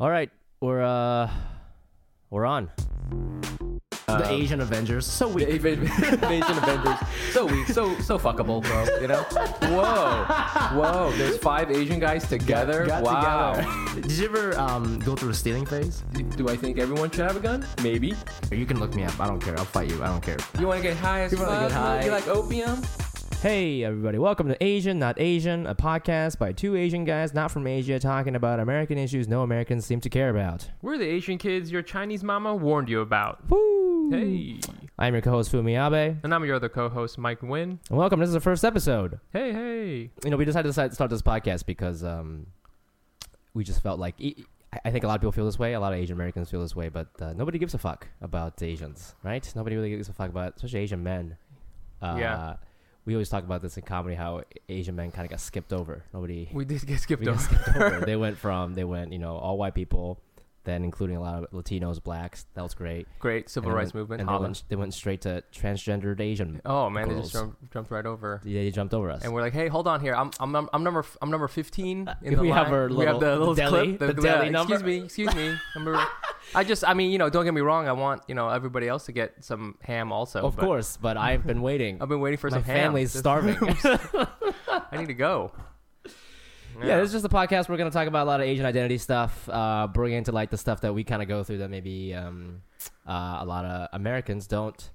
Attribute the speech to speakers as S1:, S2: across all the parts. S1: All right, we're uh, we're on. the Asian Avengers. So
S2: The
S1: we
S2: Invasion Invasion Avengers. So weak, so so fuckable, bro. You know? Whoa, whoa. There's five Asian guys together.
S1: got
S2: wow.
S1: together. Did you ever um, go through a stealing phase?
S2: Do I think everyone should have a gun? Maybe.
S1: You can look me up. I don't care. I'll fight you. I don't care.
S2: You want to get high as
S1: You
S2: fuck?
S1: wanna get high.
S2: You like opium?
S1: Hey, everybody. Welcome to Asian Not Asian, a podcast by two Asian guys not from Asia talking about American issues no Americans seem to care about.
S2: We're the Asian kids your Chinese mama warned you about.
S1: Woo!
S2: Hey.
S1: I'm your co host, Fumiabe.
S2: And I'm your other co-host, Mike Nguyen.
S1: And welcome. This is the first episode.
S2: Hey, hey.
S1: You know, we decided to decide- start this podcast because um, we just felt like. e- I- I think a lot of people feel this way. A lot of Asian Americans feel this way, but uh, nobody gives a fuck about Asians, right? Nobody really gives a fuck about, especially Asian men. Uh,
S2: Yeah.
S1: We always talk about this in comedy how Asian men kind of got skipped over. Nobody.
S2: We did get skipped
S1: we got
S2: over.
S1: skipped over. They went from they went you know all white people, then including a lot of Latinos, blacks. That was great.
S2: Great civil
S1: And then
S2: rights
S1: went-
S2: movement.
S1: And they
S2: Holland.
S1: went, they went straight to transgendered Asian.
S2: Oh man, they
S1: girls.
S2: just jumped, jumped right over.
S1: Yeah, they jumped over us.
S2: And we're like, hey, hold on here. I'm I'm num- I'm number f- I'm number 15 in
S1: Uh, if
S2: the
S1: we
S2: line.
S1: have our
S2: we
S1: little-
S2: have the
S1: the
S2: little
S1: deli-
S2: clip.
S1: the deli
S2: yeah,
S1: number.
S2: Excuse me, excuse me. Number- I just I mean, you know, don't get me wrong. I want you know everybody else to get some ham also.
S1: of
S2: but
S1: course, but I've been waiting.
S2: I've been waiting for
S1: My
S2: some ham.
S1: family's
S2: This-
S1: starving.
S2: I need to go.
S1: Yeah, this is just a podcast. We're going to talk about a lot of Asian identity stuff, uh, bring into light the stuff that we kind of go through that maybe um, uh, a lot of Americans don't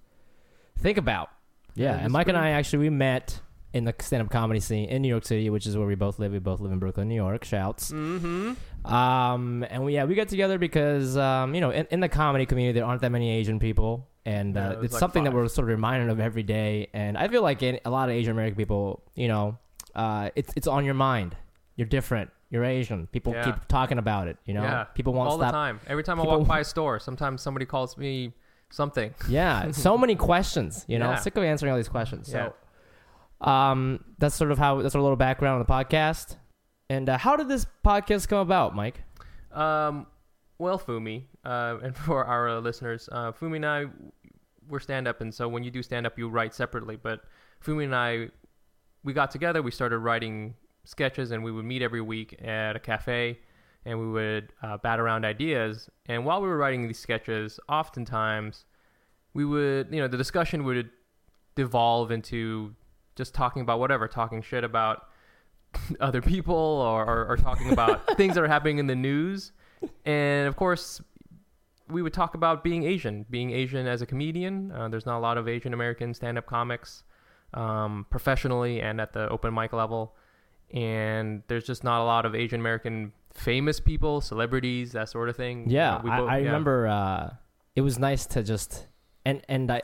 S1: think about. Yeah,
S2: Yeah,
S1: and
S2: it's
S1: Mike and
S2: pretty-
S1: I actually we met in the stand-up comedy scene in New York City, which is where we both live. We both live in Brooklyn, New York. Shouts.
S2: Mm-hmm.
S1: Um, and we yeah we got together because um, you know in, in the comedy community there aren't that many Asian people, and
S2: Yeah,
S1: uh,
S2: there's
S1: it's
S2: like
S1: something
S2: five.
S1: that we're sort of reminded of every day. And I feel like in, a lot of Asian American people, you know, uh, it's it's on your mind. You're different. You're Asian. People
S2: Yeah.
S1: keep talking about it. You know,
S2: Yeah.
S1: people won't
S2: All the
S1: stop.
S2: time. Every time I
S1: People-
S2: walk by a store, sometimes somebody calls me something.
S1: Yeah, so many questions. You know,
S2: Yeah.
S1: sick of answering all these questions.
S2: Yeah.
S1: So, um, that's sort of how that's our little background on the podcast. And uh, how did this podcast come about, Mike?
S2: Um, well, Fumi, uh, and for our uh, listeners, uh, Fumi and I, we're stand up, and so when you do stand up, you write separately. But Fumi and I, we got together, we started writing sketches, and we would meet every week at a cafe, and we would uh, bat around ideas. And while we were writing these sketches, oftentimes we would, you know, the discussion would devolve into just talking about whatever, talking shit about other people or, or, or talking about things that are happening in the news. And of course, we would talk about being Asian, being Asian as a comedian. Uh, there's not a lot of Asian American stand up comics um, professionally and at the open mic level. And there's just not a lot of Asian American famous people, celebrities, that sort of thing.
S1: Yeah,
S2: You know, we
S1: I,
S2: both-
S1: I
S2: yeah.
S1: remember uh, it was nice to just and and I. I-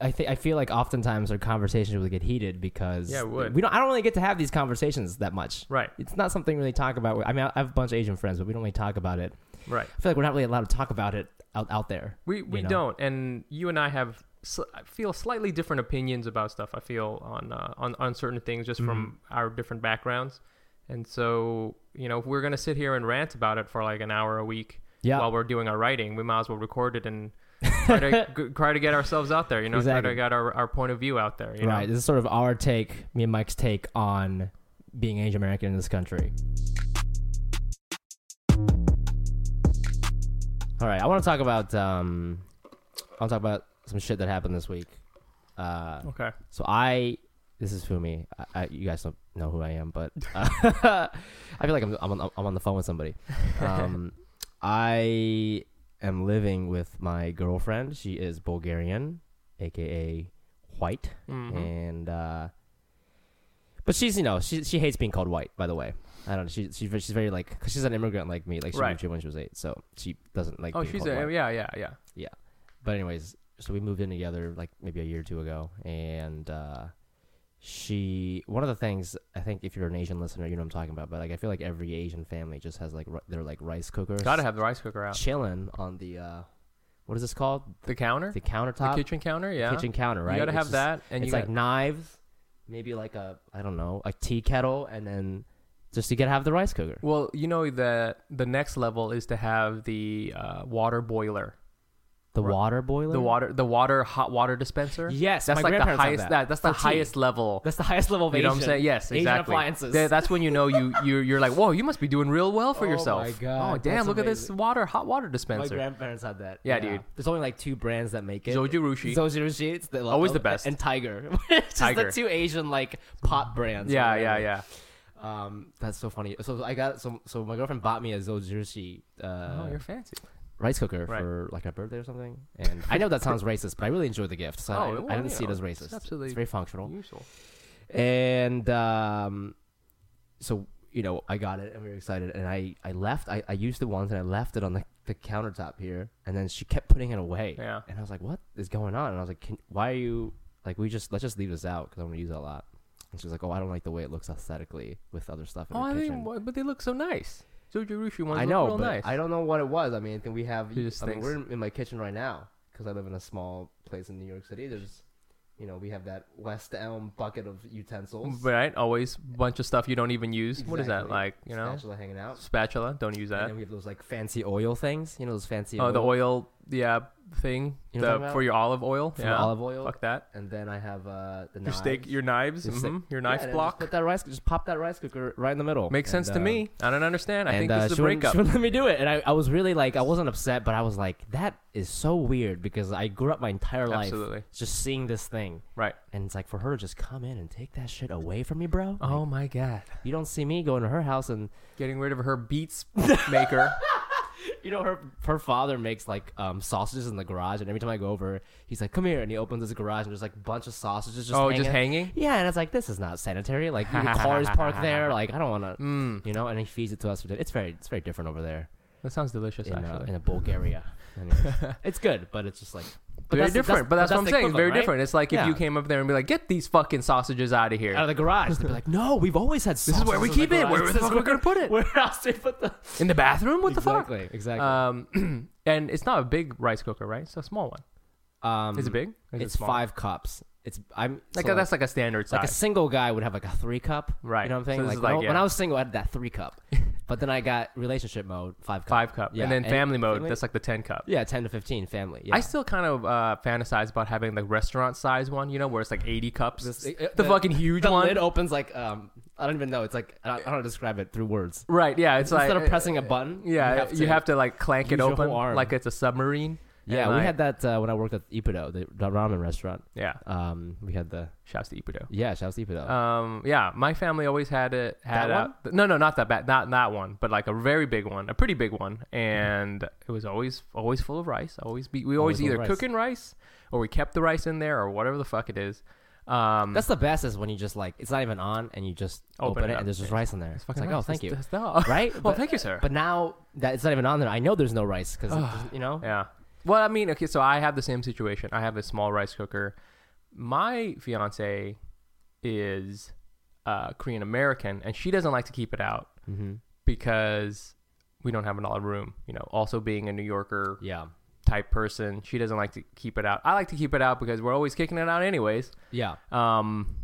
S1: I think I feel like oftentimes our conversations would get heated because
S2: Yeah, it would.
S1: we don't. I don't really get to have these conversations that much.
S2: Right,
S1: It's not something we really talk about. I mean, I have a bunch of Asian friends, but we don't really talk about it.
S2: right.
S1: I feel like we're not really allowed to talk about it out, out there.
S2: We we
S1: know?
S2: don't, and you and I have sl- I feel slightly different opinions about stuff. I feel on uh, on on certain things just from
S1: Mm-hmm.
S2: our different backgrounds, and so you know if we're gonna sit here and rant about it for like an hour a week
S1: Yeah,
S2: while we're doing our writing, we might as well record it and try to g- try to get ourselves out there. You know, try
S1: Exactly.
S2: to get our, our point of view out there. You
S1: right.
S2: Know?
S1: This is sort of our take, me and Mike's take on being Asian American in this country. All right, I want to talk about. Um, I want to talk about some shit that happened this week. Uh,
S2: Okay.
S1: so I, this is Fumi. I, I, you guys don't know who I am, but uh, I feel like I'm I'm on, I'm on the phone with somebody. Um, I am living with my girlfriend. She is Bulgarian, aka white,
S2: hmm
S1: and uh, but she's you know she she hates being called white. By the way, I don't know. She, she she's very like 'cause she's an immigrant like me. Like she
S2: Right.
S1: moved here when she was eight, so she doesn't like.
S2: Oh,
S1: being
S2: she's
S1: called white.
S2: a, yeah, yeah, yeah.
S1: But anyways, so we moved in together like maybe a year or two ago, and uh, she one of the things I think if you're an Asian listener, you know what I'm talking about. But like I feel like every Asian family just has like ri- their like rice cooker
S2: Gotta have the rice cooker out.
S1: chilling on the uh, what is this called
S2: The counter,
S1: the
S2: the
S1: countertop
S2: kitchen counter. Yeah,
S1: kitchen counter right?
S2: You gotta
S1: It's
S2: have
S1: just-
S2: that, and
S1: it's
S2: you
S1: like knives, maybe like a I don't know a tea kettle, and then just to get have the rice cooker.
S2: Well, you know that the next level is to have the uh, water boiler.
S1: The water boiler.
S2: The water, the water, hot water dispenser.
S1: Yes,
S2: that's
S1: my
S2: like the
S1: grandparents had
S2: highest.
S1: that.
S2: that's the
S1: For tea.
S2: highest level.
S1: That's the highest level of
S2: you know what I'm
S1: Asian-
S2: saying? Yes,
S1: Asian
S2: exactly.
S1: appliances.
S2: Th- That's when you know you you're, you're like, whoa, you must be doing real well for
S1: Oh
S2: yourself.
S1: my God,
S2: Oh damn,
S1: that's
S2: look at this
S1: amazing.
S2: water, hot water
S1: my
S2: dispenser.
S1: grandparents had that.
S2: Yeah, dude.
S1: There's only like two brands that make it.
S2: Zojirushi.
S1: Zojirushi. It's the,
S2: Always the best.
S1: And Tiger. it's just
S2: Tiger.
S1: the two Asian like pot brands.
S2: yeah,
S1: or
S2: yeah,
S1: whatever.
S2: yeah.
S1: Um, that's so funny. So I got so so my girlfriend bought me a Zojirushi uh,
S2: oh, you're fancy.
S1: rice cooker
S2: Right.
S1: for like a birthday or something. And I know that sounds racist, but I really enjoyed the gift, so
S2: Oh,
S1: I,
S2: well,
S1: I didn't
S2: you
S1: see it
S2: know,
S1: as
S2: it's
S1: racist.
S2: absolutely-
S1: it's very functional.
S2: Usual.
S1: And um, so you know, I got it, and we were excited. And I I left. I, I used it once, and I left it on the, the countertop here. And then she kept putting it away.
S2: Yeah.
S1: And I was like, "What is going on?" And I was like, Can, "Why are you like? We just let's just leave this out because I'm gonna use it a lot." And she was like, "Oh, I don't like the way it looks aesthetically with other stuff in
S2: Oh,
S1: the
S2: I
S1: kitchen."
S2: mean, wha- but they look so nice. Zojirushi ones
S1: I
S2: look
S1: know,
S2: real
S1: but
S2: nice.
S1: I don't know what it was. I mean, I think we have.
S2: Who just
S1: I mean,
S2: thinks-
S1: we're in, in my kitchen right now because I live in a small place in New York City. There's, you know, we have that West Elm bucket of utensils.
S2: Right, always bunch of stuff you don't even use. What is that
S1: Exactly.
S2: like? You know,
S1: spatula hanging out.
S2: spatula. Don't use
S1: And
S2: that.
S1: then we have those like fancy oil things. You know, those fancy.
S2: Oh, the oil, yeah, thing
S1: You know what I'm
S2: the-
S1: talking
S2: for your olive oil.
S1: for
S2: yeah,
S1: olive oil.
S2: Fuck that.
S1: And then I have uh, the
S2: Your steak,
S1: knives.
S2: your knives,
S1: Your steak-
S2: mhm, your
S1: Yeah,
S2: knife
S1: and then Just
S2: block.
S1: put that rice. Just pop that rice cooker right in the middle.
S2: Makes
S1: And,
S2: sense to
S1: uh,
S2: me. I don't understand. I
S1: and,
S2: think
S1: uh,
S2: this is
S1: she
S2: a
S1: wouldn't-
S2: breakup.
S1: She wouldn't let me do it, and I, I was really like, I wasn't upset, but I was like, that is so weird because I grew up my entire life
S2: Absolutely.
S1: just seeing this thing,
S2: Right.
S1: and it's like for her to just come in and take that shit away from me, bro.
S2: Oh my god.
S1: You don't see me going to her house, and
S2: Getting rid of her beats maker.
S1: you know her her father makes like um, sausages in the garage, and every time I go over, he's like, "Come here," and he opens his garage, and there's like a bunch of sausages just
S2: oh,
S1: hanging.
S2: just hanging.
S1: yeah, and it's like this is not sanitary. Like your cars parked there. Like I don't want to,
S2: Mm,
S1: you know. And he feeds it to us. for dinner. It's very it's very different over there
S2: that sounds delicious.
S1: in uh,
S2: actually,
S1: in Bulgaria. Anyways, it's good, but it's just like but
S2: very
S1: that's the-
S2: different. but that's, what I'm
S1: the
S2: saying. It's very
S1: equivalent,
S2: different. It's like
S1: Yeah.
S2: if you came up there and be like, "Get these fucking sausages out of here."
S1: right? Out of the garage, they'd be like, "No, we've always had.
S2: this is where we keep it. Where the fuck we're gonna put it?
S1: Where else do we put the?
S2: In the bathroom? What the
S1: exactly,
S2: fuck?
S1: Exactly.
S2: Um, and it's not a big rice cooker, right? It's a small one.
S1: Um,
S2: Uh, Is it big? Is it
S1: it's
S2: small?
S1: five cups. It's I'm
S2: Like
S1: so,
S2: that's like a standard
S1: like a
S2: size.
S1: single guy would have like a three cup.
S2: Right.
S1: You know what I'm saying?
S2: So this
S1: like when,
S2: is like,
S1: I, when
S2: yeah.
S1: I was single, I had that three cup. but then I got relationship mode, five cup.
S2: five cup,
S1: Yeah,
S2: and then
S1: and-
S2: family mode.
S1: family-
S2: That's like the ten cup.
S1: Yeah, ten to fifteen family. Yeah.
S2: I still kind of uh, fantasize about having the restaurant size one, you know, where it's like 80 cups.
S1: This-
S2: the,
S1: uh, the-
S2: fucking huge
S1: the
S2: one.
S1: lid opens like um I don't even know. It's like I don't, I don't know how to describe it through words.
S2: right, yeah. It's
S1: Instead
S2: like, eh,
S1: of pressing a button,
S2: yeah, you have to, like clank
S1: use
S2: it
S1: your
S2: open
S1: whole arm.
S2: like it's a submarine.
S1: yeah.
S2: And,
S1: We
S2: like-
S1: had that uh, when I worked at Ippudo, the, the ramen restaurant.
S2: Yeah.
S1: Um, we had the
S2: Shouts to Ippudo.
S1: yeah, shout out to Ippudo.
S2: Um, yeah, my family always had it. Had
S1: That
S2: a, No, no, not that bad. Not that one, but like a very big one, a pretty big one,
S1: Mm-hmm.
S2: and it was always always full of rice. Always be. We always,
S1: Always full of
S2: either
S1: rice.
S2: cooking rice or we kept the rice in there or whatever the fuck it is. Um,
S1: That's the best is when you just like it's not even on and you just
S2: Open
S1: open,
S2: it
S1: it,
S2: up.
S1: and there's just rice in there. It's,
S2: it's fucking
S1: like
S2: rice.
S1: oh thank you,
S2: It's- it's not-
S1: right?
S2: well,
S1: But-
S2: thank you, sir.
S1: But now that it's not even on there, I know there's no rice because you know.
S2: Yeah. Well, I mean, okay, so I have the same situation. I have a small rice cooker. My fiance is uh, Korean American, and she doesn't like to keep it out
S1: Mm-hmm.
S2: because we don't have a lot of room. You know, also being a New Yorker
S1: Yeah,
S2: type person, she doesn't like to keep it out. I like to keep it out because we're always kicking it out, anyways.
S1: yeah.
S2: Um,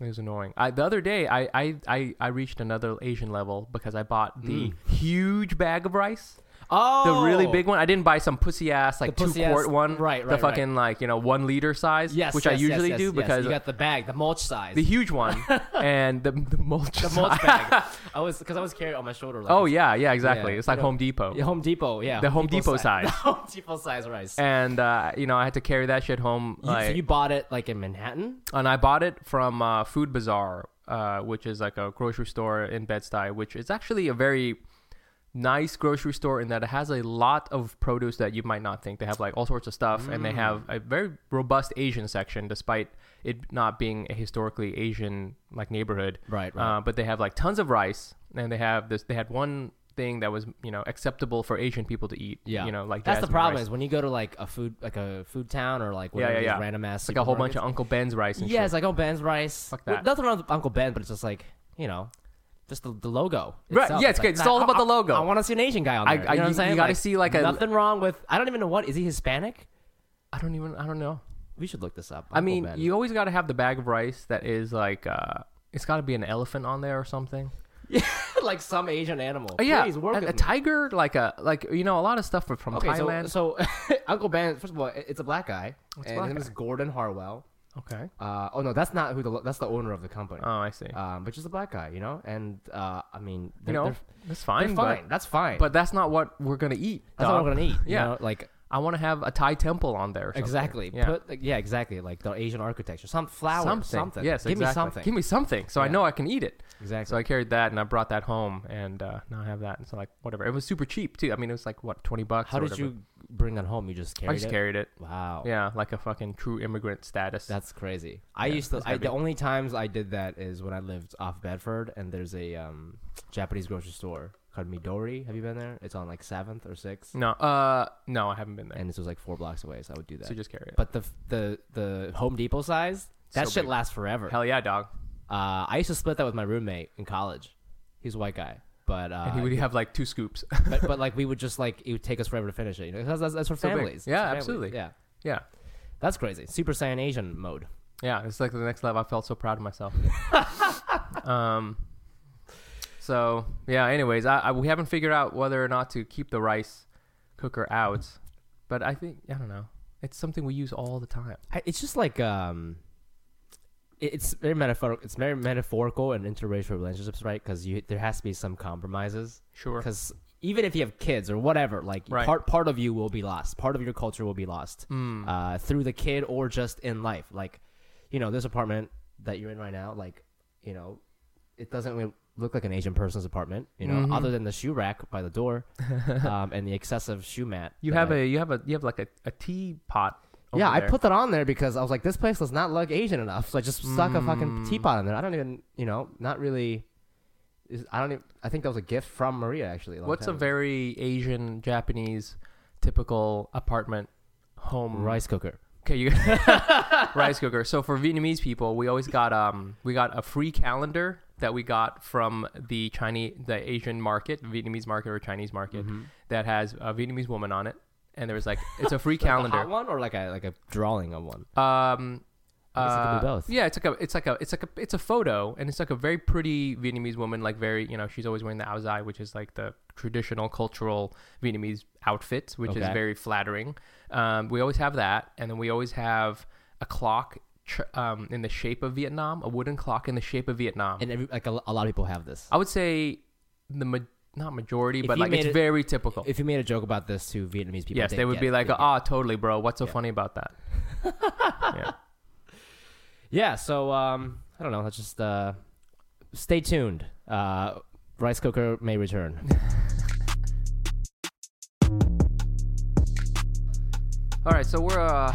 S2: it was annoying. I, the other day, I, I, I, I reached another Asian level because I bought the huge bag of rice
S1: Oh,
S2: the really big one. I didn't buy some pussy ass like
S1: The
S2: two
S1: pussy
S2: quart
S1: ass-
S2: one,
S1: right,
S2: The
S1: right, right.
S2: fucking like you know one liter size,
S1: Yes,
S2: which I
S1: yes, yes,
S2: usually
S1: yes,
S2: do
S1: yes.
S2: because
S1: you got the bag, the mulch size,
S2: the huge one and the the mulch.
S1: the
S2: size.
S1: mulch bag. I was because I was carrying it on my shoulder. Like,
S2: Oh yeah, yeah, exactly.
S1: Yeah,
S2: it's like
S1: you know,
S2: Home Depot.
S1: yeah, Home Depot. Yeah,
S2: The Home Depot
S1: si-
S2: size.
S1: the Home Depot size rice.
S2: And uh, you know, I had to carry that shit home,
S1: You- so
S2: like,
S1: you bought it like in Manhattan.
S2: and I bought it from uh, Food Bazaar, uh, which is like a grocery store in Bed Stuy, which is actually a very nice grocery store in that it has a lot of produce that you might not think. They have like all sorts of stuff, and they have
S1: Mm.
S2: a very robust Asian section, despite it not being a historically Asian like neighborhood.
S1: Right,
S2: Uh, but they have like tons of rice, and they have this. They had one thing that was you know acceptable for Asian people to eat.
S1: yeah,
S2: you know like
S1: that's the
S2: jasmine
S1: problem
S2: rice.
S1: is when you go to like a food like a food town or like
S2: Yeah,
S1: whatever
S2: yeah,
S1: these
S2: yeah.
S1: random ass
S2: It's like a whole bunch of Uncle Ben's rice and
S1: yeah,
S2: shit.
S1: it's like oh Ben's rice.
S2: Fuck
S1: Well,
S2: that.
S1: nothing wrong with Uncle Ben, but it's just like you know, just the, the logo.
S2: Right,
S1: itself.
S2: yeah, it's
S1: like,
S2: good. It's all
S1: I-
S2: about the
S1: I-
S2: logo.
S1: I, want to see an Asian guy on
S2: I-
S1: there. you
S2: I-
S1: know what
S2: you-
S1: I'm saying?
S2: you gotta see, like, a-
S1: nothing wrong with. I don't even know what is he Hispanic.
S2: I don't even I don't know.
S1: We should look this up.
S2: I
S1: Uncle
S2: mean,
S1: Ben.
S2: you always got to have the bag of rice that is like uh, it's got to be an elephant on there or something.
S1: like some Asian animal.
S2: Oh, yeah,
S1: Please work
S2: a,
S1: with
S2: a
S1: me.
S2: tiger, like a like you know a lot of stuff are from
S1: Okay, so-
S2: Thailand.
S1: so, Uncle Ben, first of all, it- it's a black guy,
S2: It's a
S1: and
S2: black
S1: his name
S2: guy.
S1: is Gordon Harwell.
S2: okay.
S1: Uh, oh no, that's not who the that's the owner of the company.
S2: Oh, I see.
S1: um, but just a black guy, you know. And uh, I mean,
S2: you
S1: they're,
S2: know,
S1: they're,
S2: that's
S1: they're
S2: fine.
S1: fine. that's fine.
S2: But, but that's not what we're gonna eat.
S1: that's not
S2: dog.
S1: what I'm gonna eat.
S2: Yeah.
S1: yeah, like
S2: I want to have a Thai temple on there. Or something.
S1: exactly.
S2: Yeah.
S1: Put like, yeah, exactly. Like the Asian architecture, some flower, something.
S2: Yes.
S1: give me
S2: exactly.
S1: something.
S2: Give me something. So I
S1: Yeah.
S2: know I can eat it.
S1: exactly.
S2: So I carried that and I brought that home and uh, now I have that. And so like whatever. It was super cheap too. I mean, it was like what twenty bucks.
S1: How
S2: or
S1: did
S2: whatever.
S1: you bring that home? You just carried
S2: I just
S1: it.
S2: carried it.
S1: Wow.
S2: Yeah, like a fucking true immigrant status.
S1: That's crazy. I
S2: Yeah,
S1: used to.
S2: it's
S1: I,
S2: gotta be-
S1: the only times I did that is when I lived off Bedford, and there's a um, Japanese grocery store called Midori. Have you been there? It's on like Seventh or Sixth,
S2: no, uh, no, I haven't been there.
S1: and this was like four blocks away, so I would do that.
S2: So just carry it.
S1: but the the the Home Depot size, that
S2: So
S1: shit
S2: big.
S1: lasts forever.
S2: Hell yeah, dog.
S1: Uh, I used to split that with my roommate in college. He's a white guy, but uh,
S2: And he would have like two scoops.
S1: but, but like we would just like it would take us forever to finish it. You know, 'cause that's, that's for
S2: So big.
S1: families. It's
S2: Yeah,
S1: for families.
S2: absolutely.
S1: Yeah,
S2: yeah,
S1: that's crazy. Super Saiyan Asian mode.
S2: yeah. It's like the next level. I felt so proud of myself. um. So yeah. Anyways, I, I we haven't figured out whether or not to keep the rice cooker out, but I think I don't know. It's something we use all the time.
S1: I, it's just like um, it- it's very metaphorical. It's very metaphorical in interracial relationships, right? Because you there has to be some compromises.
S2: Sure.
S1: Because even if you have kids or whatever, like
S2: Right.
S1: part part of you will be lost. Part of your culture will be lost
S2: Mm.
S1: uh, through the kid or just in life. Like, you know, this apartment that you're in right now, like, you know, it doesn't really look like an Asian person's apartment, you know,
S2: Mhm.
S1: other than the shoe rack by the door um, and the excessive shoe mat.
S2: You
S1: that
S2: have
S1: I-
S2: a you have a you have like a, a teapot. over
S1: yeah, I
S2: there.
S1: put that on there because I was like, this place does not look Asian enough, so I just stuck a fucking
S2: Mm.
S1: teapot in there. I don't even, you know, not really. is- I don't. Even, I think that was a gift from Maria actually. long
S2: What's a
S1: time ago.
S2: very Asian Japanese typical apartment home
S1: rice cooker?
S2: Okay, you rice cooker. So for Vietnamese people, we always got um we got a free calendar that we got from the Chinese the Asian market, Vietnamese market or Chinese market
S1: Mm-hmm.
S2: that has a Vietnamese woman on it, and there was like it's a free
S1: Like a hot
S2: calendar.
S1: one or like a like a drawing of one.
S2: Um.
S1: I guess it could be
S2: uh,
S1: both.
S2: Yeah, it's like a, it's like a, it's like a, it's a photo, and it's like a very pretty Vietnamese woman, like very, you know, she's always wearing the áo which is like the traditional cultural Vietnamese outfit, which is
S1: Okay.
S2: very flattering. Um, we always have that, and then we always have a clock tr- um, in the shape of Vietnam, a wooden clock in the shape of Vietnam.
S1: And every, like a, lo- a lot of people have this.
S2: I would say the ma- not majority,
S1: If
S2: but
S1: you
S2: like it's
S1: made it-
S2: very typical.
S1: If you made a joke about this to Vietnamese people,
S2: Oh. yes,
S1: they'd
S2: they would
S1: get
S2: be
S1: it.
S2: like,
S1: They'd get
S2: "Ah, totally, bro. What's so
S1: Yeah.
S2: funny about that?" yeah.
S1: it. yeah. So um, I don't know. Let's just uh, stay tuned. Uh, rice cooker may return.
S2: All right, so we're uh,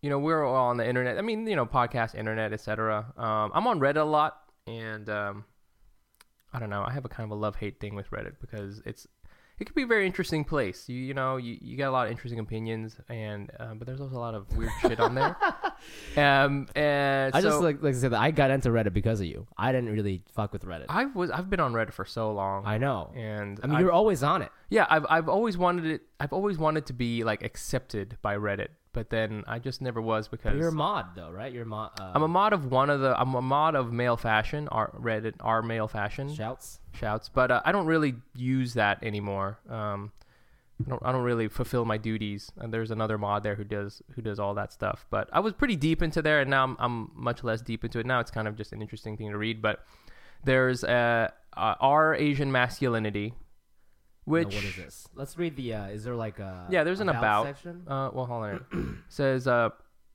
S2: you know we're all on the internet i mean you know podcast internet etc um, i'm on reddit a lot and um, i don't know i have a kind of a love hate thing with reddit because it's it could be a very interesting place you you know you, you got a lot of interesting opinions and um, but there's also a lot of weird shit on there um and
S1: I just
S2: so-
S1: like like I said, I got into Reddit because of you. I didn't really fuck with Reddit. I,
S2: i was i've been on reddit for so long
S1: know.
S2: and
S1: I mean,
S2: I've-
S1: you're always on it.
S2: Yeah, I've I've always wanted it. I've always wanted to be like accepted by Reddit, but then I just never was because
S1: But you're a mod though, right? You're a mod. Uh,
S2: I'm a mod of one of the. I'm a mod of male fashion. Our Reddit, our male fashion
S1: Shouts.
S2: shouts, but uh, I don't really use that anymore. Um, I don't. I don't really fulfill my duties. And there's another mod there who does who does all that stuff. But I was pretty deep into there, and now I'm, I'm much less deep into it. Now it's kind of just an interesting thing to read. But There's a, a our Asian masculinity,
S1: No,
S2: which
S1: what is this? Let's read the. Uh, is there like a
S2: yeah, there's an about.
S1: section?
S2: Uh, well, hold on. Says uh,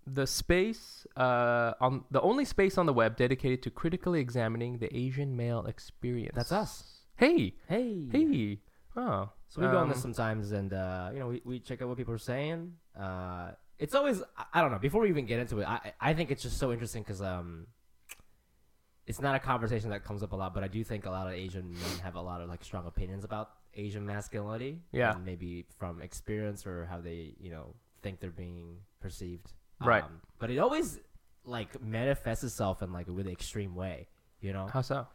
S2: the space uh, on the only space on the web dedicated to critically examining the Asian male experience.
S1: That's us.
S2: Hey,
S1: Hey,
S2: hey. Oh,
S1: So we go on
S2: um,
S1: this sometimes, and uh, you know, we, we check out what people are saying. Uh, it's always I, I don't know. Before we even get into it, I I think it's just so interesting because um, it's not a conversation that comes up a lot, but I do think a lot of Asian men have a lot of like strong opinions about Asian masculinity.
S2: Yeah.
S1: and maybe from experience or how they you know think they're being perceived.
S2: Right.
S1: Um, but it always like manifests itself in like a really extreme way. You know
S2: How so?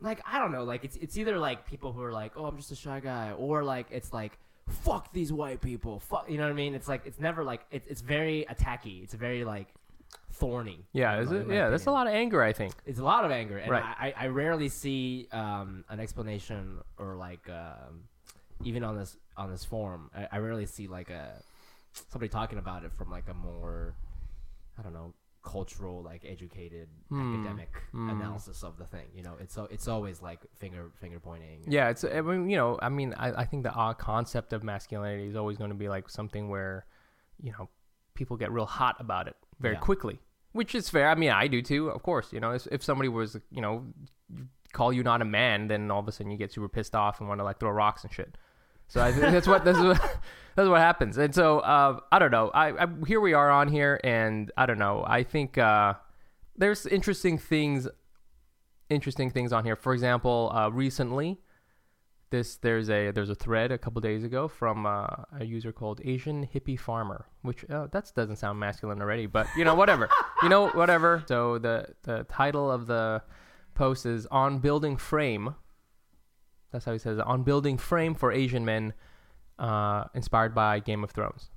S1: like I don't know, like it's it's either like people who are like, oh, I'm just a shy guy, or like it's like fuck these white people, fuck, you know what I mean? It's like it's never like it's it's very attacky. It's very like thorny.
S2: Yeah,
S1: in
S2: is
S1: my-
S2: it?
S1: in my
S2: Yeah, that's a
S1: opinion.
S2: lot of anger. I think.
S1: It's a lot of anger, and
S2: Right.
S1: I, I I rarely see um, an explanation or like um, even on this on this forum, I, I rarely see like a somebody talking about it from like a more I don't know cultural like educated
S2: Hmm.
S1: academic analysis of the thing. You know, it's so it's always like finger finger pointing.
S2: Yeah, it's. I mean, you know, I mean, I, I think the uh, concept of masculinity is always going to be like something where, you know, people get real hot about it very
S1: Yeah.
S2: quickly, which is fair. I mean, I do too, of course. You know, if, if somebody was, you know, call you not a man, then all of a sudden you get super pissed off and want to like throw rocks and shit. So I think that's what that's what that's what happens. And so uh, I don't know. I, I here we are on here, and I don't know. I think uh, there's interesting things, interesting things on here. For example, uh, recently this there's a there's a thread a couple days ago from uh, a user called Asian Hippie Farmer, which uh, that doesn't sound masculine already, but you know whatever, you know whatever. So the the title of the post is on building frame. That's how he says it, on building frame for Asian men, uh, inspired by Game of Thrones.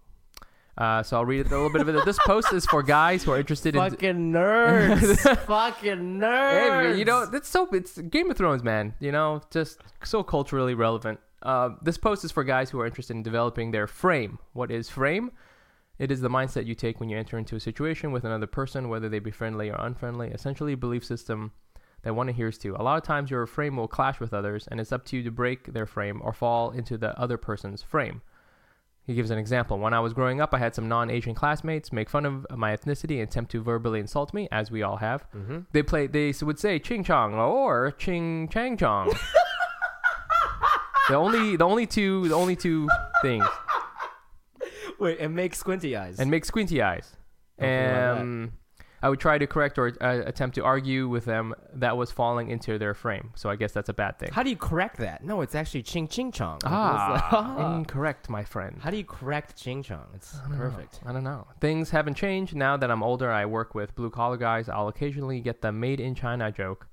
S2: Uh, so I'll read it a little bit of it. This post is for guys who are interested in
S1: Fucking nerds, fucking
S2: Hey,
S1: nerds.
S2: man, you know, that's so it's Game of Thrones, man. You know, just so culturally relevant. Uh, this post is for guys who are interested in developing their frame. What is frame? It is the mindset you take when you enter into a situation with another person, whether they be friendly or unfriendly. Essentially, a belief system that one adheres to. A lot of times, your frame will clash with others, and it's up to you to break their frame or fall into the other person's frame. He gives an example. When I was growing up, I had some non Asian classmates make fun of my ethnicity and attempt to verbally insult me, as we all have. Mm-hmm. They play. They s- would say "ching chong" or "ching chang chong." the only, the only two, the only two things,
S1: wait, and make squinty eyes.
S2: and make squinty eyes.
S1: Something like
S2: Um, I would try to correct or uh, attempt to argue with them that was falling into their frame. So I guess that's a bad thing.
S1: how do you correct that? No, it's actually ching ching chong.
S2: Ah, incorrect, my friend.
S1: How do you correct Ching Chong? It's perfect.
S2: I don't know. Things haven't changed. Now that I'm older, I work with blue collar guys. I'll occasionally get the made in China joke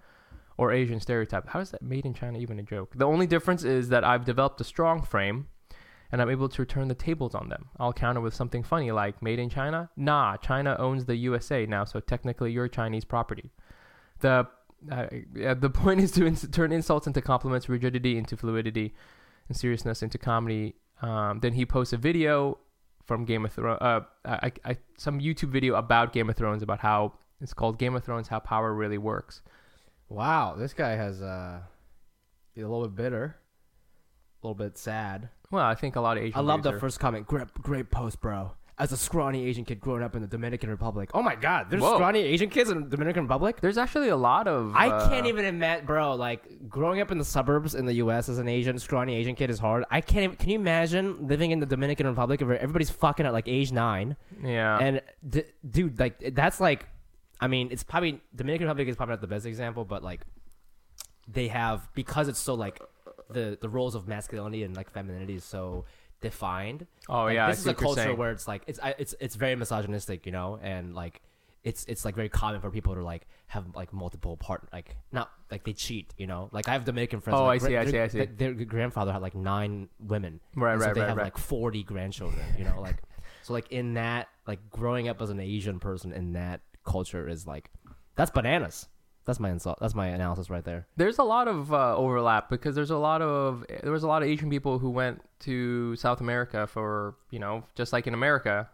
S2: or Asian stereotype. How is that made in China even a joke? The only difference is that I've developed a strong frame and I'm able to turn the tables on them. I'll counter with something funny like made in China? Nah, China owns the USA now, so technically you're Chinese property. The uh, yeah, the point is to ins- turn insults into compliments, rigidity into fluidity, and seriousness into comedy. Um, then he posts a video from Game of Thrones, uh, I, I, some YouTube video about Game of Thrones about how it's called Game of Thrones, how power really works.
S1: Wow, this guy has uh, a little bit bitter, a little bit sad.
S2: Well, I think a lot of Asian.
S1: I love
S2: dudes
S1: that
S2: are-
S1: first comment. Great, great post, bro. As a scrawny Asian kid growing up in the Dominican Republic. Oh my God, there's
S2: Whoa.
S1: scrawny Asian kids in the Dominican Republic.
S2: There's actually a lot of.
S1: I
S2: uh,
S1: can't even imagine, bro. Like growing up in the suburbs in the U.S. as an Asian scrawny Asian kid is hard. I can't. Even, can you imagine living in the Dominican Republic where everybody's fucking at like age nine?
S2: Yeah.
S1: and d- dude, like that's like, I mean, it's probably Dominican Republic is probably not the best example, but like, they have because it's so like the the roles of masculinity and like femininity is so defined.
S2: Oh,
S1: like,
S2: yeah, I
S1: this is
S2: see
S1: a
S2: what you're
S1: culture
S2: saying.
S1: where it's like it's I- it's it's very misogynistic, you know, and like it's it's like very common for people to like have like multiple part like not like they cheat, you know. Like I have Dominican friends.
S2: Oh,
S1: like,
S2: I see, I
S1: their-
S2: see, I see.
S1: their- Their grandfather had like nine women,
S2: Right,
S1: and So
S2: right,
S1: they
S2: right,
S1: have
S2: right.
S1: like forty grandchildren, you know, like so like in that like growing up as an Asian person in that culture is like that's bananas. That's my insult. That's my analysis right there.
S2: there's a lot of uh, overlap because there's a lot of there was a lot of Asian people who went to South America for you know just like in America,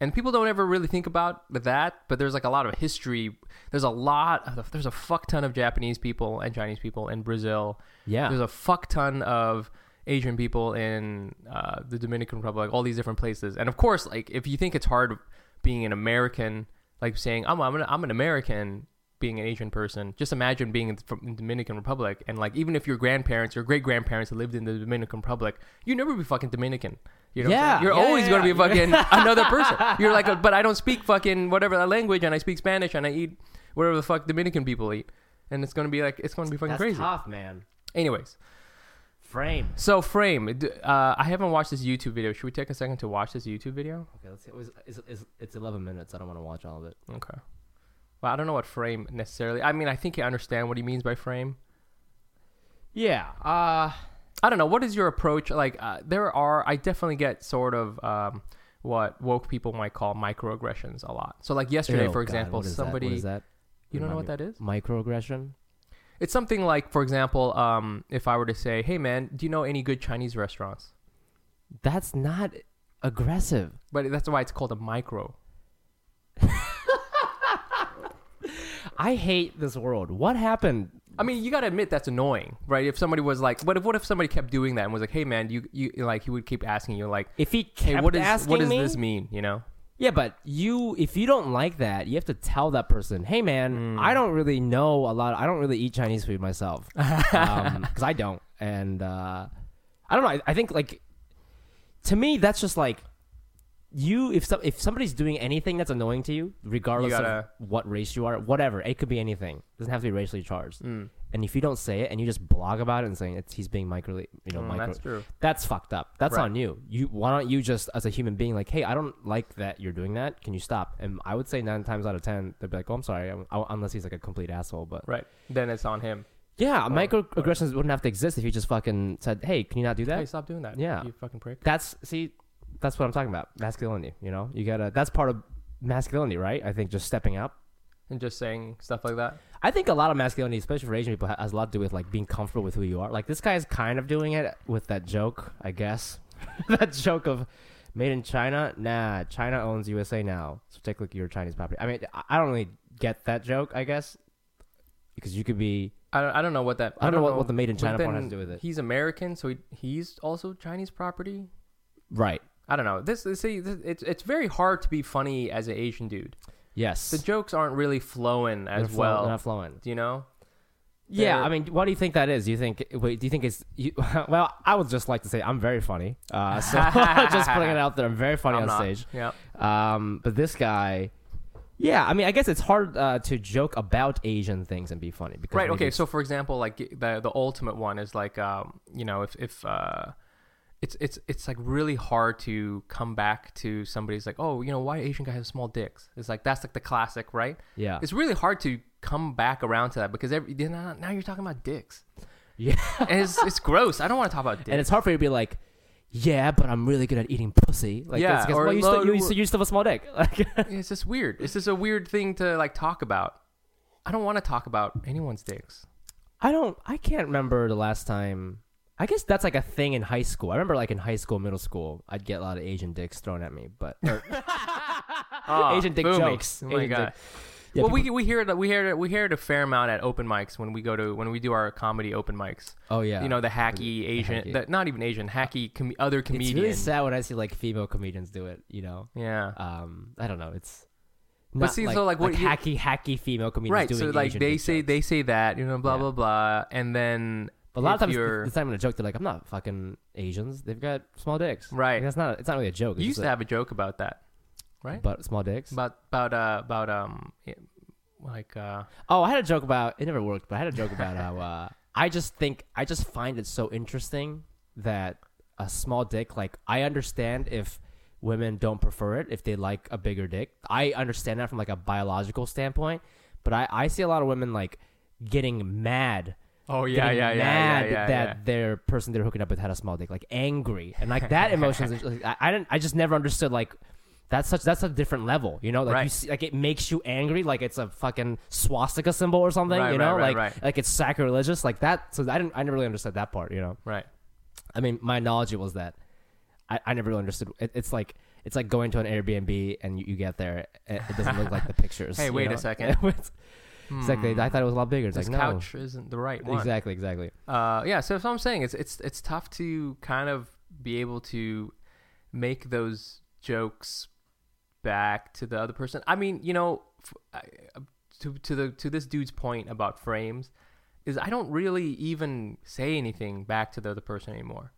S2: and people don't ever really think about that but there's like a lot of history there's a lot of, there's a fuck ton of japanese people and chinese people in brazil
S1: Yeah.
S2: there's a fuck ton of asian people in uh, the dominican republic all these different places and of course like if you think it's hard being an american like saying i'm, I'm, an, I'm an american being an asian person just imagine being in the, from the dominican republic and like even if your grandparents your great grandparents lived in the dominican republic you never be fucking dominican you know what I'm
S1: Yeah,
S2: saying? you're
S1: yeah,
S2: always
S1: yeah,
S2: going to be
S1: yeah.
S2: fucking another person. You're like, but I don't speak fucking whatever that language, and I speak Spanish, and I eat whatever the fuck Dominican people eat, and it's gonna be like it's gonna be fucking
S1: That's
S2: crazy.
S1: tough, man.
S2: Anyways,
S1: Frame.
S2: so frame. d- Uh, I haven't watched this YouTube video. Should we take a second to watch this YouTube video?
S1: Okay, let's see. It was, it's, it's, it's 11 minutes. I don't want to watch all of it.
S2: Okay. Well, I don't know what frame necessarily. I mean, I think I understand what he means by frame.
S1: Yeah. Uh,
S2: I don't know. What is your approach? Like, uh, there are, I definitely get sort of um, what woke people might call microaggressions a lot. So, like yesterday, for example, somebody.
S1: That? What Oh, is that?
S2: You don't know
S1: Remind
S2: what
S1: me.
S2: that is?
S1: Microaggression?
S2: It's something like, for example, um, if I were to say, "Hey, man, do you know any good Chinese restaurants?"
S1: That's not aggressive.
S2: But that's why it's called a micro.
S1: I hate this world. What happened?
S2: I mean, you gotta admit that's annoying, right? If somebody was like, "What if? What if somebody kept doing that and was like, "Hey, man, you you like," he would keep asking you, like,
S1: If he kept
S2: "Hey, what is
S1: asking
S2: what does
S1: me,
S2: this mean?" You know?
S1: Yeah, but you, if you don't like that, you have to tell that person, "Hey, man,
S2: Mm.
S1: I don't really know a lot. I don't really eat Chinese food myself because I don't." And uh, I don't know. I, I think like to me, that's just like you. If some, if somebody's doing anything that's annoying to you, regardless
S2: gotta-
S1: of what race you are, whatever, it could be anything. It doesn't have to be racially charged.
S2: Mm.
S1: And if you don't say it and you just blog about it and saying it's he's being micro, you know, micro,
S2: Mm, that's true.
S1: that's fucked up. That's
S2: Right.
S1: on you. You why don't you just as a human being like, hey, I don't like that you're doing that. Can you stop? And I would say nine times out of ten, they'd be like, oh, I'm sorry, I'm, I- unless he's like a complete asshole. But
S2: Right? Then it's on him.
S1: yeah, microaggressions wouldn't have to exist if you just fucking said, hey, can you not do that?
S2: Hey, stop doing that.
S1: Yeah.
S2: you fucking prick.
S1: That's see, that's what I'm talking about. Masculinity. You know, you gotta. That's part of masculinity, right? I think just stepping up.
S2: And just saying stuff like that.
S1: I think a lot of masculinity, especially for Asian people, ha- has a lot to do with like being comfortable with who you are. Like this guy is kind of doing it with that joke, I guess. that joke of made in China. Nah, China owns USA now, so take a look at your Chinese property. I mean, I I don't really get that joke, I guess, because you could be.
S2: I don't, I don't know what that.
S1: I don't know what- what the made in China part has to do with it.
S2: He's American, so he, he's also Chinese property.
S1: Right.
S2: I don't know. This see, this, it's it's very hard to be funny as an Asian dude.
S1: Yes.
S2: The jokes aren't really flowing
S1: They're
S2: as
S1: flow-
S2: well.
S1: they're not flowing.
S2: Do you know?
S1: Yeah,
S2: They're-
S1: I mean, what do you think that is? You think? Wait, do you think it's? You, well, I would just like to say I'm very funny. Uh, so just putting it out there, I'm very funny
S2: I'm
S1: on
S2: not.
S1: stage.
S2: Yeah.
S1: Um, but this guy, yeah, I mean, I guess it's hard uh, to joke about Asian things and be funny because
S2: Right.
S1: we
S2: Okay.
S1: just-
S2: So for example, like the the ultimate one is like um you know if if uh it's it's it's like really hard to come back to somebody's like oh you know why Asian guys have small dicks it's like that's like the classic right
S1: Yeah.
S2: it's really hard to come back around to that because every then now now you're talking about dicks
S1: yeah,
S2: and it's it's gross I don't want to talk about dicks
S1: and it's hard for you to be like, yeah, but I'm really good at eating pussy. Like,
S2: Yeah,
S1: that's because
S2: or
S1: well, you,
S2: low-
S1: still, you, you still have a small dick. Like,
S2: it's just weird. It's just a weird thing to like talk about. I don't want to talk about anyone's dicks.
S1: I don't, I can't remember the last time. I guess that's like a thing in high school. I remember like in high school, middle school, I'd get a lot of Asian dicks thrown at me, but or- Asian dick
S2: Boomy.
S1: jokes.
S2: Oh my
S1: Asian
S2: God.
S1: dick- Yeah,
S2: well, we, we hear it we hear it we hear it a fair amount at open mics when we go to when we do our comedy open mics.
S1: Oh, yeah.
S2: you know the hacky Asian,
S1: hacky.
S2: The, not even Asian, hacky com- other
S1: It's
S2: comedian.
S1: really sad when I see like female comedians do it. You know.
S2: Yeah,
S1: um I don't know. It's
S2: But
S1: not
S2: see,
S1: like,
S2: so, like, what you-
S1: hacky hacky female comedians
S2: right.
S1: doing
S2: So like
S1: Asian
S2: they
S1: dick
S2: say
S1: jokes.
S2: they say that you know blah blah blah, and then
S1: But a lot
S2: if
S1: of times
S2: you're,
S1: it's not even a joke. They're like, I'm not fucking Asians. They've got small dicks.
S2: Right.
S1: Like, that's not. It's not really a joke. It's
S2: you used
S1: just
S2: to
S1: like,
S2: have a joke about that, right?
S1: but small dicks.
S2: about about uh, about um yeah, like uh
S1: oh, I had a joke about. It never worked, but I had a joke about how uh, I just think I just find it so interesting that a small dick. Like I understand if women don't prefer it if they like a bigger dick. I understand that from like a biological standpoint, but I I see a lot of women like getting mad
S2: oh
S1: getting mad that their person they're hooking up with had a small dick, like angry, and like that emotions. is- like, I, I didn't. I just never understood like that's such that's a different level, you know. Like you
S2: Right.
S1: see, like it makes you angry, like it's a fucking swastika symbol or something,
S2: Right,
S1: you
S2: right,
S1: know, like
S2: right, right.
S1: like it's sacrilegious, like that. So I didn't. I never really understood that part, you know.
S2: Right.
S1: I mean, my knowledge was that I, I never really understood. It, it's like It's like going to an Airbnb and you, you get there, and it doesn't look like the pictures.
S2: Hey,
S1: you
S2: wait a
S1: know?
S2: second. Hmm.
S1: it's, it's like they, I thought it was a lot bigger. It's
S2: This
S1: like no,
S2: couch isn't the right one.
S1: exactly, exactly.
S2: Uh, yeah, so that's what I'm saying. It's it's it's tough to kind of be able to make those jokes back to the other person. I mean, you know, f- I- uh, to to the to this dude's point about frames is I don't really even say anything back to the other person anymore.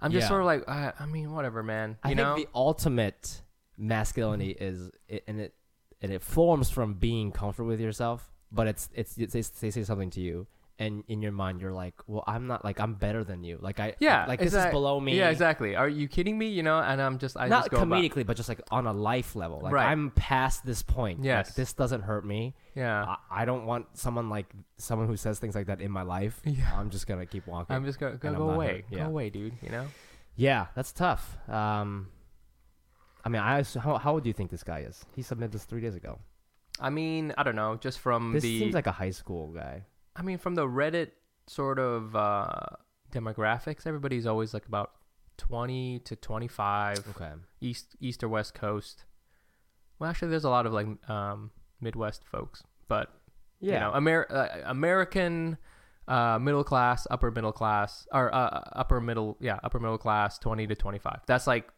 S2: I'm just
S1: Yeah.
S2: sort of like, uh, I mean, whatever, man.
S1: I
S2: You
S1: think
S2: know,
S1: the ultimate masculinity is, i- and it and it forms from being comfortable with yourself. But it's it's, it's they, they say something to you, and in your mind you're like, well, I'm not like I'm better than you. Like I
S2: yeah,
S1: like this is
S2: exact-
S1: below me.
S2: Yeah, exactly. Are you kidding me? You know, and I'm just I
S1: not
S2: just go about-
S1: comedically, but just like on a life level. Like
S2: Right.
S1: I'm past this point. Yeah,
S2: Yes.
S1: Like, this doesn't hurt me.
S2: Yeah.
S1: I, I don't want someone like someone who says things like that in my life.
S2: Yeah.
S1: I'm just gonna keep walking.
S2: I'm just go go,
S1: and I'm
S2: go
S1: not
S2: away,
S1: hurt. Yeah.
S2: go away, dude. You know.
S1: Yeah, that's tough. Um, I mean, I ass- how how old do you think this guy is? He submitted this three days ago.
S2: I mean, I don't know. Just from
S1: This
S2: the,
S1: seems like a high school guy.
S2: I mean, from the Reddit sort of uh, demographics, everybody's always like about twenty to twenty-five,
S1: Okay.
S2: east, east or west coast. Well, actually, there's a lot of like um, Midwest folks, but
S1: Yeah.
S2: you know, Amer- uh, American uh, middle class, upper middle class, or uh, upper middle, yeah, upper middle class, twenty to twenty-five. That's like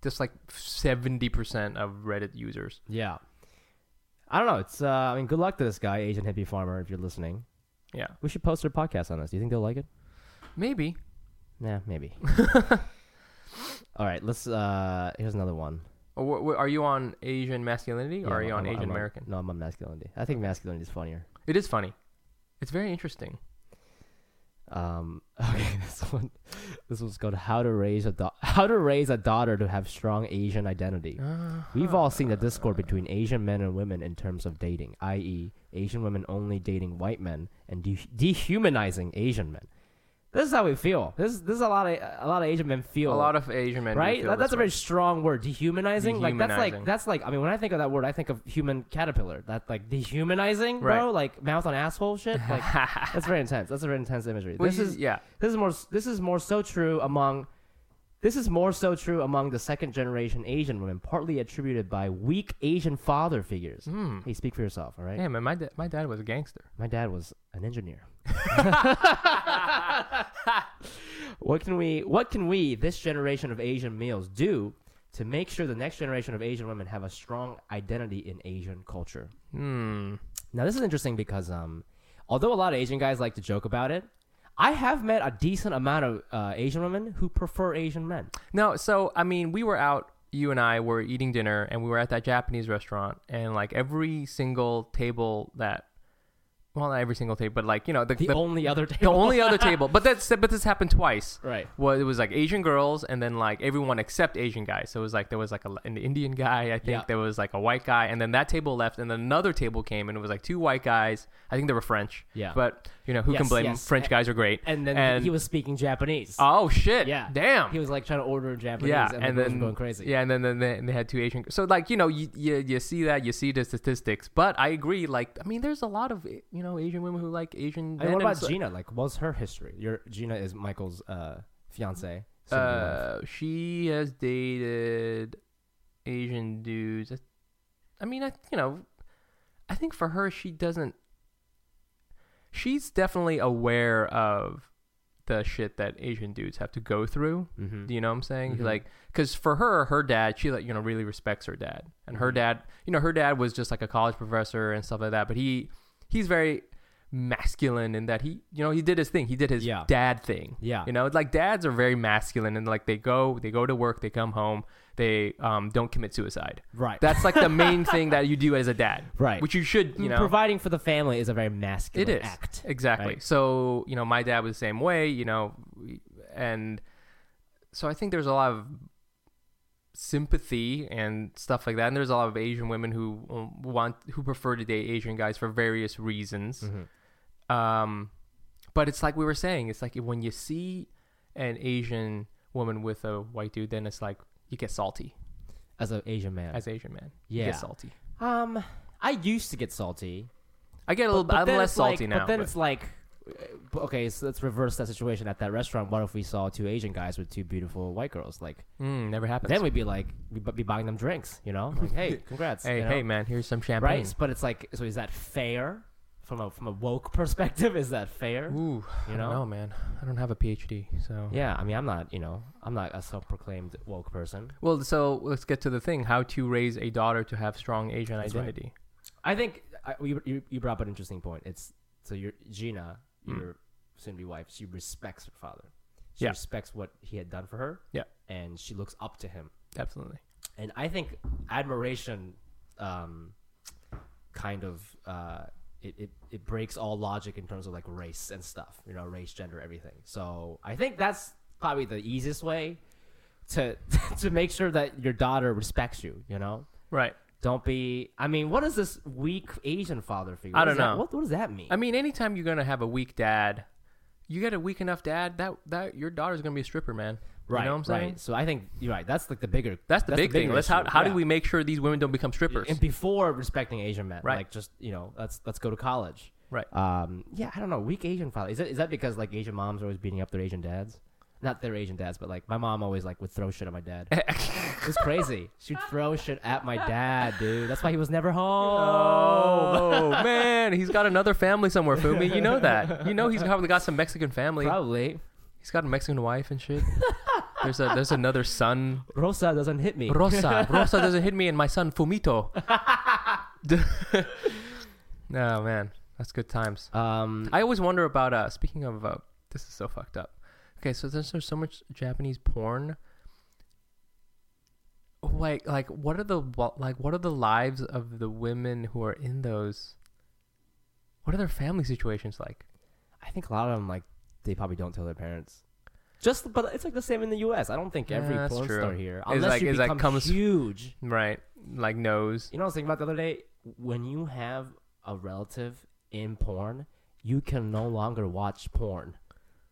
S2: just like seventy percent of Reddit users.
S1: yeah. I don't know. It's uh, I mean, good luck to this guy, Asian hippie farmer. If you're listening,
S2: Yeah,
S1: we should post our podcast on this. Do you think they'll like it?
S2: maybe.
S1: Yeah, maybe. All right, let's. uh Here's another one.
S2: Or, wh- wh- are you on Asian masculinity or
S1: Yeah,
S2: are
S1: I'm-
S2: you on
S1: I'm- I'm
S2: Asian American?
S1: No, I'm on masculinity. I think masculinity is funnier.
S2: It is funny. It's very interesting.
S1: Um, okay, this one, this one's called "How to Raise a da- How to Raise a Daughter to Have Strong Asian Identity."
S2: Uh-huh.
S1: We've all seen the discord between Asian men and women in terms of dating, i.e., Asian women only dating white men and de- dehumanizing Asian men. This is how we feel. This this is a lot of a lot of Asian men feel
S2: A lot of Asian men. do
S1: right.
S2: feel
S1: That- that's a
S2: this
S1: very
S2: way.
S1: strong word, dehumanizing. Like that's
S2: Dehumanizing.
S1: like that's like I mean, when I think of that word, I think of human caterpillar. That like dehumanizing,
S2: Right.
S1: bro. Like mouth on asshole shit. Like that's very intense. That's a very intense imagery.
S2: Well,
S1: this
S2: you-
S1: is
S2: yeah.
S1: This is more. This is more so true among. This is more so true among the second generation Asian women, partly attributed by weak Asian father figures.
S2: Hmm.
S1: Hey, speak for yourself, all right?
S2: Yeah, man. My da- my dad was a gangster.
S1: My dad was an engineer. what can we what can we this generation of Asian males do to make sure the next generation of Asian women have a strong identity in Asian culture?
S2: Hmm.
S1: Now this is interesting because um although a lot of Asian guys like to joke about it, I have met a decent amount of uh, Asian women who prefer Asian men.
S2: No, so I mean, we were out. You and I were eating dinner, and we were at that Japanese restaurant, and like every single table that, well, not every single table, but like you know, the
S1: The,
S2: the,
S1: only other
S2: the
S1: table.
S2: only other table. But that's but this happened twice.
S1: Right.
S2: Well, it was like Asian girls, and then like everyone except Asian guys. So it was like there was like a, an Indian guy, I think
S1: Yeah.
S2: there was like a white guy, and then that table left, and then another table came, and it was like two white guys. I think they were French.
S1: Yeah.
S2: But you know who can
S1: Yes,
S2: blame 'em?
S1: yes.
S2: French
S1: A-
S2: guys are great.
S1: and then he was speaking Japanese.
S2: oh shit.
S1: yeah.
S2: Damn.
S1: He was like trying to order in Japanese
S2: yeah,
S1: and, the girls were going crazy.
S2: Yeah, and then, then they, they had two Asian. So like you know you, you you see that you see the statistics, but I agree. Like I mean, there's a lot of you know Asian women who like Asian.
S1: I mean,
S2: men,
S1: what
S2: and
S1: about
S2: it's like-
S1: Gina? Like, what's her history? Your Gina is Michael's uh, fiance.
S2: Uh, she has dated Asian dudes. I- I mean, I you know, I think for her, she doesn't. She's definitely aware of the shit that Asian dudes have to go through.
S1: Mhm.
S2: Do you know what I'm saying? Like, because for her, her dad, she like you know really respects her dad, and her dad, you know, her dad was just like a college professor and stuff like that. But he, he's very masculine in that he, you know, he did his thing. He did his
S1: Yeah.
S2: dad thing.
S1: Yeah.
S2: You know, like dads are very masculine and like they go they go to work, they come home, they um don't commit suicide.
S1: Right.
S2: That's like the main thing that you do as a dad.
S1: Right. Mm,
S2: Which you should, you know.
S1: Hmm, providing for the family is a very masculine
S2: it is.
S1: act.
S2: Exactly.
S1: right?
S2: So, you know, my dad was the same way, you know, and so I think there's a lot of sympathy and stuff like that. And there's a lot of Asian women who um, want who prefer to date Asian guys for various reasons.
S1: Mm-hmm.
S2: Um, but it's like we were saying, it's like when you see an Asian woman with a white dude, then it's like you get salty
S1: As an Asian man.
S2: as Asian man. you
S1: Yeah.
S2: get salty.
S1: um, I used to get salty.
S2: I get a little.
S1: But
S2: I'm
S1: then
S2: less
S1: it's like-
S2: salty now.
S1: But then
S2: but-
S1: it's like, but okay, so let's reverse that situation at that restaurant. What if we saw two Asian guys with two beautiful white girls? Like,
S2: Mm, never happens.
S1: then we'd be like, we'd be buying them drinks, you know? Like, hey, congrats.
S2: hey,
S1: you know?
S2: hey, man, here's some champagne.
S1: right? But it's like, so is that fair from a from a woke perspective? Is that fair?
S2: Ooh,
S1: You know?
S2: I don't know, man. I don't have a PhD, so
S1: Yeah, I mean, I'm not, you know, I'm not a self-proclaimed woke person.
S2: Well, so let's get to the thing: how to raise a daughter to have strong Asian
S1: That's right.
S2: identity.
S1: I think I, you, you you brought up an interesting point. It's so your Gina,
S2: Mm.
S1: your soon-to-be wife, she respects her father. She
S2: Yeah.
S1: respects what he had done for her.
S2: Yeah.
S1: and she looks up to him.
S2: Absolutely.
S1: and I think admiration, um, kind of uh, it, it it breaks all logic in terms of like race and stuff, you know, race, gender, everything. So I think that's probably the easiest way to to make sure that your daughter respects you. You know,
S2: Right.
S1: don't be. I mean, what is this weak Asian father figure?
S2: I
S1: What
S2: don't
S1: is that-
S2: know.
S1: what, what does that mean.
S2: I mean, anytime you're gonna have a weak dad, you get a weak enough dad that that your daughter's gonna be a stripper, man.
S1: right.
S2: You know what I'm saying?
S1: Right. So I think you're right. That's like the bigger.
S2: That's the big thing.
S1: bigger
S2: Let's how
S1: issue.
S2: how do
S1: Yeah.
S2: we make sure these women don't become strippers?
S1: and before respecting Asian men,
S2: Right.
S1: like just you know, let's let's go to college.
S2: Right.
S1: Um, yeah, I don't know. Weak Asian father. Is that is that because like Asian moms are always beating up their Asian dads? Not their Asian dads, but like my mom always like would throw shit at my dad. it was crazy. She'd throw shit at my dad, dude. That's why he was never home.
S2: Oh man, he's got another family somewhere, Fumi. You know that. You know he's probably got some Mexican family.
S1: Probably.
S2: He's got a Mexican wife and shit. There's a there's another son.
S1: Rosa doesn't hit me.
S2: Rosa. Rosa doesn't hit me and my son Fumito. no Oh, man. That's good times.
S1: um,
S2: I always wonder about uh speaking of uh this is so fucked up. Okay, so there's, there's so much Japanese porn. Like like what are the wa- like what are the lives of the women who are in those? What are their family situations like?
S1: I think a lot of them like they probably don't tell their parents. Just, but it's like the same in the U.S. I don't think every
S2: Yeah, that's
S1: porn
S2: true.
S1: star here,
S2: It's
S1: unless
S2: like-
S1: you
S2: it's like
S1: become
S2: comes-
S1: huge.
S2: Right, like nose.
S1: You know what I was thinking about the other day? When you have a relative in porn, you can no longer watch porn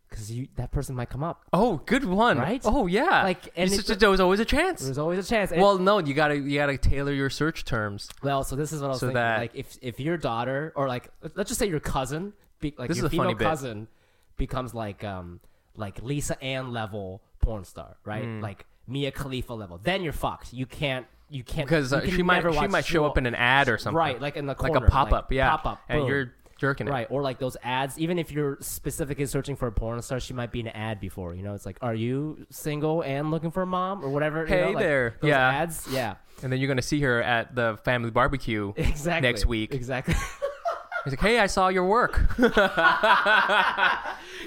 S1: because you that person might come up.
S2: Oh, good one.
S1: Right?
S2: Oh yeah.
S1: Like,
S2: Like
S1: and
S2: and
S1: it's-
S2: there was always a chance.
S1: There's always a chance. And-
S2: Well, no, you gotta you gotta tailor your search terms.
S1: well, so this is what I was
S2: so
S1: thinking.
S2: that-
S1: like, if if your daughter or like let's just say your cousin, be, like
S2: This
S1: your
S2: is a
S1: female
S2: funny bit.
S1: cousin, becomes like um like Lisa Ann level porn star, right?
S2: Hmm.
S1: Like Mia Khalifa level. Then you're fucked. You can't. You can't
S2: because
S1: you
S2: uh,
S1: can
S2: she might
S1: never
S2: she
S1: watch-
S2: might show
S1: will-
S2: up in an ad or something,
S1: Right, like in the corner,
S2: like a pop up,
S1: like,
S2: yeah,
S1: pop-up,
S2: and
S1: boom.
S2: you're jerking it.
S1: Right, or like those ads. Even if you're specifically searching for a porn star, she might be an ad before. You know, it's like, are you single and looking for a mom or whatever? you know,
S2: Hey
S1: like,
S2: there.
S1: those
S2: Yeah.
S1: ads. Yeah,
S2: and then you're gonna see her at the family barbecue
S1: exactly.
S2: next week.
S1: exactly,
S2: He's like, "Hey, I saw your work."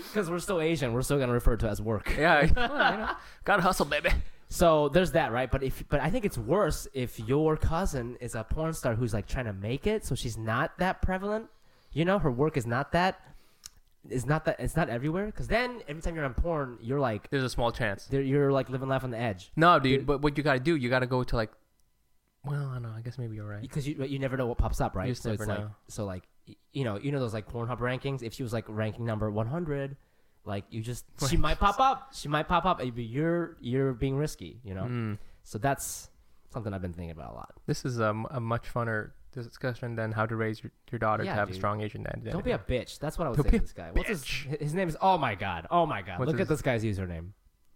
S1: because we're still Asian, we're still gonna refer to it as work.
S2: yeah, well, you know, gotta hustle, baby.
S1: So there's that, right? But if, but I think it's worse if your cousin is a porn star who's like trying to make it, so she's not that prevalent. You know, her work is not that. Is not that it's not everywhere because then every time you're on porn, you're like
S2: There's a small chance.
S1: They're, you're like living life on the edge
S2: No, dude, but what you gotta do, you gotta go to like, well, I don't know. I guess maybe you're right.
S1: because you but you never know what pops up, right?
S2: just
S1: so it's
S2: never
S1: like
S2: know.
S1: so like y- you know you know those like Pornhub rankings. If she was like ranking number one hundred, like you just she might pop up. She might pop up. But you're you're being risky, you know.
S2: Mm.
S1: So that's something I've been thinking about a lot.
S2: This is um, a much funner discussion than how to raise your, your daughter
S1: Yeah,
S2: to have
S1: dude.
S2: a strong Asian identity.
S1: Don't be a bitch. That's what I was
S2: Don't
S1: saying
S2: be
S1: to
S2: a
S1: this guy. What's his,
S2: bitch.
S1: his name is oh my god. Oh my god.
S2: What's
S1: Look at
S2: his-
S1: this guy's username.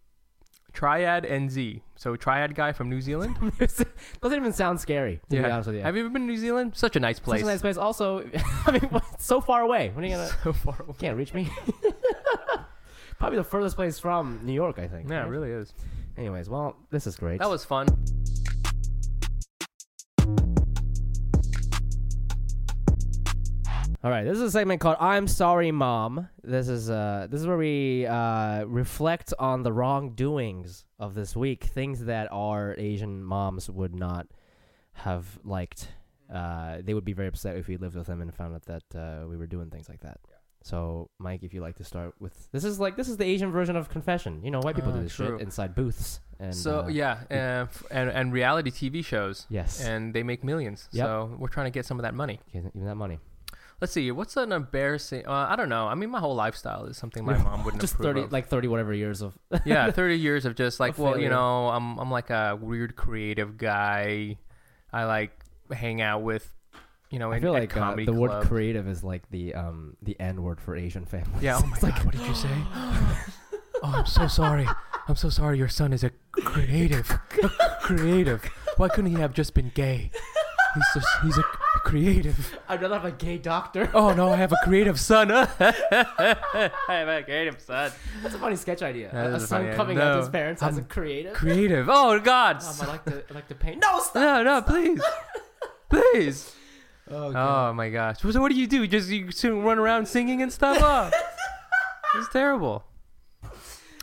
S2: triad NZ. So triad guy from New Zealand.
S1: Doesn't even sound scary, to be honest with you.
S2: Have you ever been to New Zealand? Such a nice
S1: Such
S2: place.
S1: a nice place. Also, I mean, what- it's so far away. When are you gonna?
S2: so far away.
S1: can't reach me. Probably the furthest place from New York, I think.
S2: Yeah,
S1: right?
S2: it really is.
S1: Anyways, well, this is great.
S2: That was fun.
S1: all right. This is a segment called "I'm Sorry, Mom." This is uh, this is where we uh, reflect on the wrongdoings of this week, things that our Asian moms would not have liked. Uh, they would be very upset if we lived with them and found out that uh, we were doing things like that. So, Mike, if you like to start with this is like this is the Asian version of confession. You know, white people
S2: Ah,
S1: do this
S2: true.
S1: shit inside booths. And
S2: so
S1: uh,
S2: yeah, uh, f- and and reality TV shows.
S1: Yes.
S2: and they make millions.
S1: Yep.
S2: So we're trying to get some of that money.
S1: Even even that money.
S2: Let's see. What's an embarrassing? Uh, I don't know. I mean, my whole lifestyle is something my mom wouldn't
S1: just
S2: approve
S1: thirty,
S2: of.
S1: like thirty whatever years of.
S2: yeah, thirty years of just like,
S1: A
S2: well,
S1: failure.
S2: you know, I'm I'm like a weird creative guy. I like hang out with you know,
S1: I
S2: in,
S1: feel
S2: at
S1: like uh,
S2: comedy
S1: the word
S2: club.
S1: creative is like the um the N word for Asian families.
S2: Yeah. Oh my
S1: It's
S2: god.
S1: like,
S2: what did you say? oh, I'm so sorry. I'm so sorry. Your son is a creative. A creative. Why couldn't he have just been gay? He's just. He's a creative.
S1: I'd rather have a gay doctor.
S2: Oh no, I have a creative son. I have a creative son.
S1: That's a funny sketch idea.
S2: That
S1: a
S2: is a
S1: son
S2: funny-
S1: coming out to his
S2: no.
S1: parents as a creative.
S2: Creative. Oh God.
S1: Um, I like to I like to paint. No, stop.
S2: No, no, please, please.
S1: Oh,
S2: Oh my gosh. So what do you do? Just you soon run around singing and stuff? Oh, it's terrible.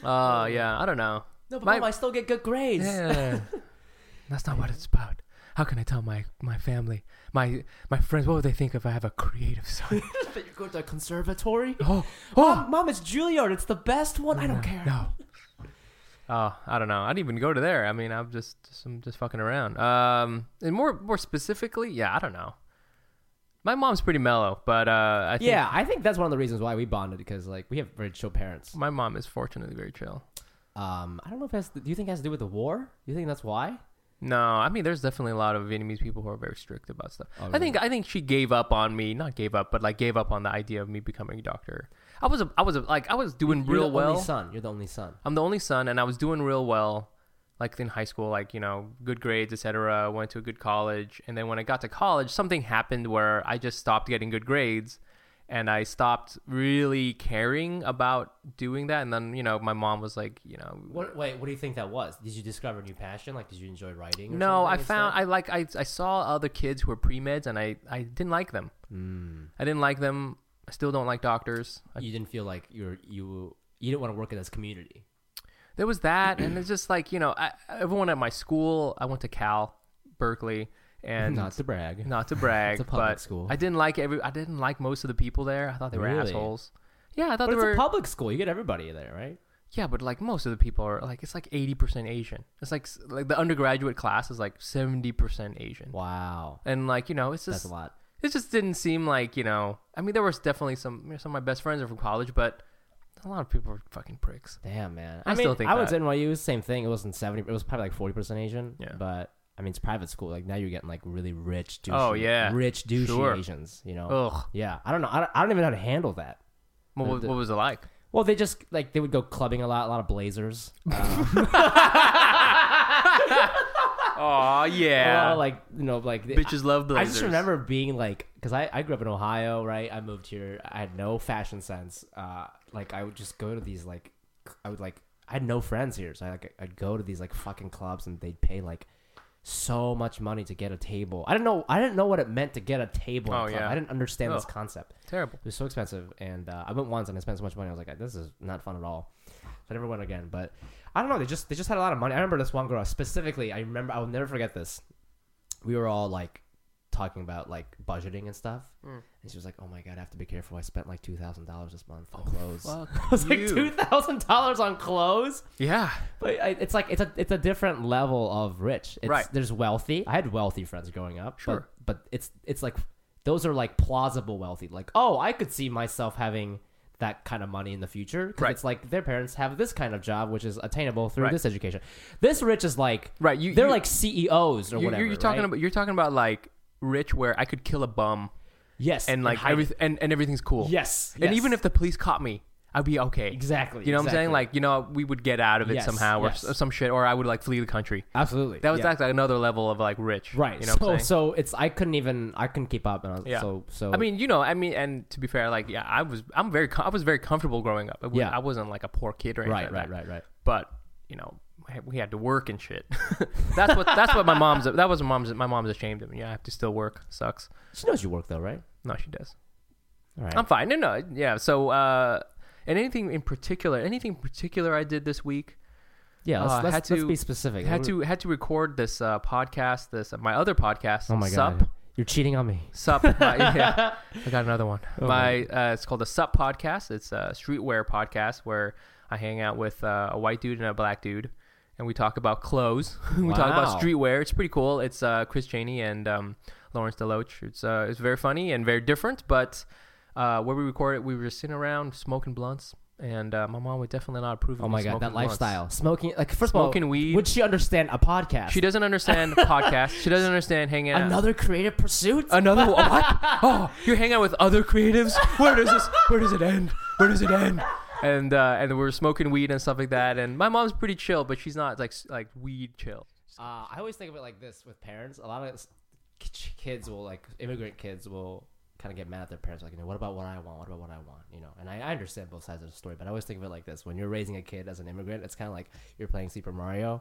S2: Oh yeah, I don't know.
S1: No, but
S2: My-
S1: Mom, I still get good grades.
S2: Yeah. That's not what it's about. How can I tell my my family, my my friends, what would they think if I have a creative son?
S1: But you go to a conservatory.
S2: Oh,
S1: Mom,
S2: oh,
S1: Mom, it's Juilliard. It's the best one. I don't care.
S2: no. Oh, I don't know. I didn't even go to there. I mean, I'm just, just I'm just fucking around. Um, and more more specifically, yeah, I don't know. My mom's pretty mellow, but uh, I think
S1: Yeah, I think that's one of the reasons why we bonded because like we have very chill parents.
S2: my mom is fortunately very chill.
S1: Um, I don't know if it has. To, do you think it has to do with the war? You think that's why?
S2: No, I mean there's definitely a lot of Vietnamese people who are very strict about stuff.
S1: Oh,
S2: I think I think she gave up on me, not gave up, but like gave up on the idea of me becoming a doctor. I was a, I was a, like I was doing
S1: You're
S2: real
S1: the
S2: well.
S1: Only son. You're the only son.
S2: I'm the only son, and I was doing real well, like in high school, like you know, good grades, etc. Went to a good college, and then when I got to college, something happened where I just stopped getting good grades, and I stopped really caring about doing that. And then you know, my mom was like, you know,
S1: What? Wait, what do you think that was? Did you discover a new passion? Like, did you enjoy writing? Or
S2: No,
S1: something
S2: I
S1: instead?
S2: found I like I, I saw other kids who were pre meds and I, I didn't like them.
S1: Hmm.
S2: I didn't like them. I still don't like doctors. I,
S1: you didn't feel like you're you you didn't want to work in this community.
S2: there was that, and it's just like you know, I, everyone at my school. I went to Cal, Berkeley, and
S1: Not to brag.
S2: not to brag,
S1: It's a public
S2: but
S1: school.
S2: I didn't like every. I didn't like most of the people there. I thought they were
S1: Really?
S2: assholes. Yeah, I thought
S1: But
S2: they
S1: it's
S2: were.
S1: a public school. You get everybody there, right?
S2: yeah, but like most of the people are like it's like eighty percent Asian. It's like s- like the undergraduate class is like seventy percent Asian,
S1: Wow,
S2: and like you know it's just
S1: that's a lot.
S2: it just didn't seem like you know. I mean, there was definitely some you know, some of my best friends are from college, but a lot of people are fucking pricks.
S1: Damn, man.
S2: I still think
S1: I went
S2: that.
S1: to NYU. Same thing. It wasn't seventy. It was probably like forty percent Asian.
S2: Yeah.
S1: But I mean, it's private school. Like now you're getting like really rich. Douchey,
S2: Oh, yeah.
S1: Rich douchey
S2: Sure.
S1: Asians. You know.
S2: Ugh.
S1: Yeah. I don't know. I don't, I don't even know how to handle that.
S2: What, what, what was it like?
S1: Well, they just like they would go clubbing a lot. A lot of blazers.
S2: Oh
S1: A lot
S2: yeah,
S1: of like you know like the-
S2: bitches love
S1: I
S2: blazers.
S1: just remember being like, because I, I grew up in Ohio, right? I moved here. I had no fashion sense. Uh, like I would just go to these like, I would like, I had no friends here, so I like, I'd go to these like fucking clubs, and they'd pay like so much money to get a table. I didn't know, I didn't know what it meant to get a table. in a
S2: Oh,
S1: club.
S2: yeah.
S1: I didn't understand this
S2: Ugh.
S1: concept.
S2: terrible.
S1: It was so expensive, and uh, I went once and I spent so much money. I was like, this is not fun at all. So I never went again. But I don't know. They just they just had a lot of money. I remember this one girl specifically. I remember I will never forget this. We were all like talking about like budgeting and stuff, and she was like, "Oh my god, I have to be careful. I spent like two thousand dollars this month on clothes." I was like,
S2: you.
S1: two thousand dollars on clothes.
S2: Yeah,
S1: But I, it's like it's a it's a different level of rich. It's,
S2: Right.
S1: There's wealthy. I had wealthy friends growing up.
S2: Sure.
S1: But, but it's it's like those are like plausible wealthy. Like oh, I could see myself having that kind of money in the future. 'Cause
S2: Right.
S1: It's like their parents have this kind of job, which is attainable through
S2: Right.
S1: this education. This rich is like
S2: Right, you-
S1: they're
S2: you-
S1: like CEOs or
S2: you,
S1: whatever.
S2: are you're talking
S1: right?
S2: about you're talking about like rich where I could kill a bum
S1: yes
S2: and like
S1: hide it.
S2: everything and, and everything's cool.
S1: Yes,
S2: and
S1: yes.
S2: even if the police caught me. I'd be okay.
S1: Exactly,
S2: You know what I'm saying?
S1: exactly.
S2: Like, you know, we would get out of it
S1: Yes,
S2: somehow or
S1: yes.
S2: s- some shit, or I would like flee the country.
S1: absolutely
S2: That was
S1: yeah.
S2: that's like another level of like rich.
S1: right.
S2: You know
S1: so
S2: what I'm saying?
S1: so it's I couldn't even I couldn't keep up and I was,
S2: Yeah.
S1: so so
S2: I mean, you know, I mean, and to be fair, like, yeah, I was, I'm very, com- I was very comfortable growing up. I was,
S1: Yeah.
S2: I wasn't like a poor kid or anything.
S1: right
S2: like
S1: right
S2: that.
S1: right right.
S2: But you know, we had- we had to work and shit. that's what, that's what my mom's. That was my mom's. My mom's ashamed of me. Yeah, I have to still work. Sucks.
S1: She knows you work though, right?
S2: No, she does.
S1: All right.
S2: I'm fine. No, no, yeah. So, uh, and anything in particular, anything in particular I did this week.
S1: Yeah,
S2: Uh,
S1: let's, let's,
S2: had
S1: let's
S2: to-
S1: be specific.
S2: Had to had to record this uh, podcast. This my other podcast.
S1: Oh my
S2: Sup.
S1: god, you're cheating on me.
S2: Sup. my, yeah, I got another one.
S1: Oh,
S2: my uh, it's called the Sup Podcast. It's a streetwear podcast where I hang out with uh, a white dude and a black dude, and we talk about clothes. we talk
S1: Wow.
S2: about streetwear. It's pretty cool. It's uh, Chris Cheney and um, Lawrence Deloach. It's uh, it's very funny and very different. But uh, where we record it, we were just sitting around smoking blunts, and uh, my mom would definitely not approve of
S1: Oh
S2: me
S1: my god,
S2: smoking
S1: that
S2: blunts.
S1: lifestyle. Smoking like first of
S2: Smoking
S1: all,
S2: weed.
S1: Would she understand a podcast?
S2: She doesn't understand podcasts. She doesn't understand hanging out.
S1: Another creative pursuit?
S2: Another what? Oh, you hang out with other creatives. Where does this? Where does it end? Where does it end? And uh, and we're smoking weed and stuff like that. And my mom's pretty chill, but she's not like s- like weed chill.
S1: Uh, I always think of it like this with parents. A lot of s- k- kids will like immigrant kids will kind of get mad at their parents, like, you know, what about what I want? What about what I want? You know, and I, I understand both sides of the story, but I always think of it like this: when you're raising a kid as an immigrant, it's kind of like you're playing Super Mario,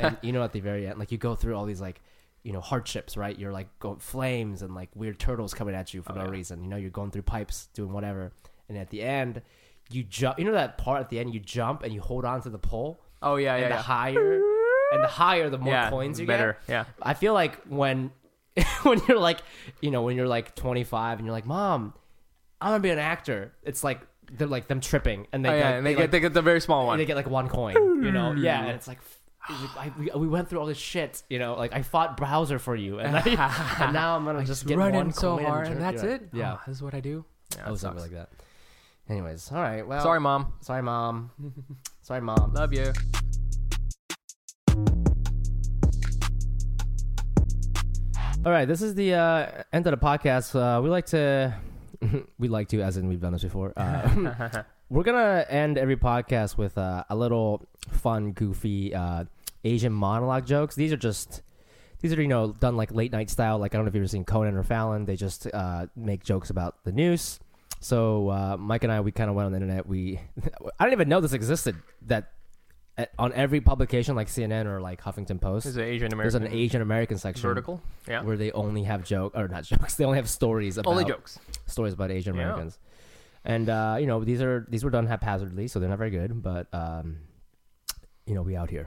S1: and you know, at the very end, like you go through all these like. You know hardships, right? You're like go flames and like weird turtles coming at you for no reason. You know you're going through pipes, doing whatever, and at the end, you jump. You know that part at the end, you jump and you hold on to the pole.
S2: Oh yeah,
S1: and
S2: yeah,
S1: the
S2: yeah.
S1: higher and the higher the more
S2: Yeah,
S1: coins you
S2: better,
S1: get.
S2: yeah.
S1: I feel like when when you're like you know, when you're like twenty five and you're like, Mom, I'm gonna be an actor. It's like they're like them tripping and they,
S2: Oh,
S1: go-
S2: yeah, and they,
S1: like,
S2: get they get the very small one.
S1: they get like one coin, you know? Yeah, and it's like f- I, we, we went through all this shit, you know. Like I fought Browser for you, and, I, and now I'm gonna just get
S2: Run
S1: one
S2: in so
S1: coin
S2: hard,
S1: turn-
S2: and that's
S1: yeah.
S2: it.
S1: Yeah,
S2: Oh, this is what I do. Yeah,
S1: I
S2: it
S1: was something
S2: sucks.
S1: like that. Anyways, all right. Well,
S2: Sorry, mom.
S1: sorry, mom. sorry, mom.
S2: Love you.
S1: All right, this is the uh, end of the podcast. Uh, we like to, we like to, as in we've done this before. Uh, we're gonna end every podcast with uh, a little fun, goofy uh, Asian monologue jokes. These are just, these are you know done like late night style. Like I don't know if you've ever seen Conan or Fallon. They just uh, make jokes about the news. So uh, Mike and I, we kind of went on the internet. We, I didn't even know this existed. That at, on every publication like CNN or like Huffington Post,
S2: There's an Asian
S1: there's
S2: American.
S1: an Asian American section
S2: vertical. Yeah.
S1: where they only have joke or not jokes. They only have stories about
S2: Only jokes.
S1: stories about Asian
S2: Yeah.
S1: Americans. And uh, you know these are these were done haphazardly, so they're not very good. But um, you know we out here.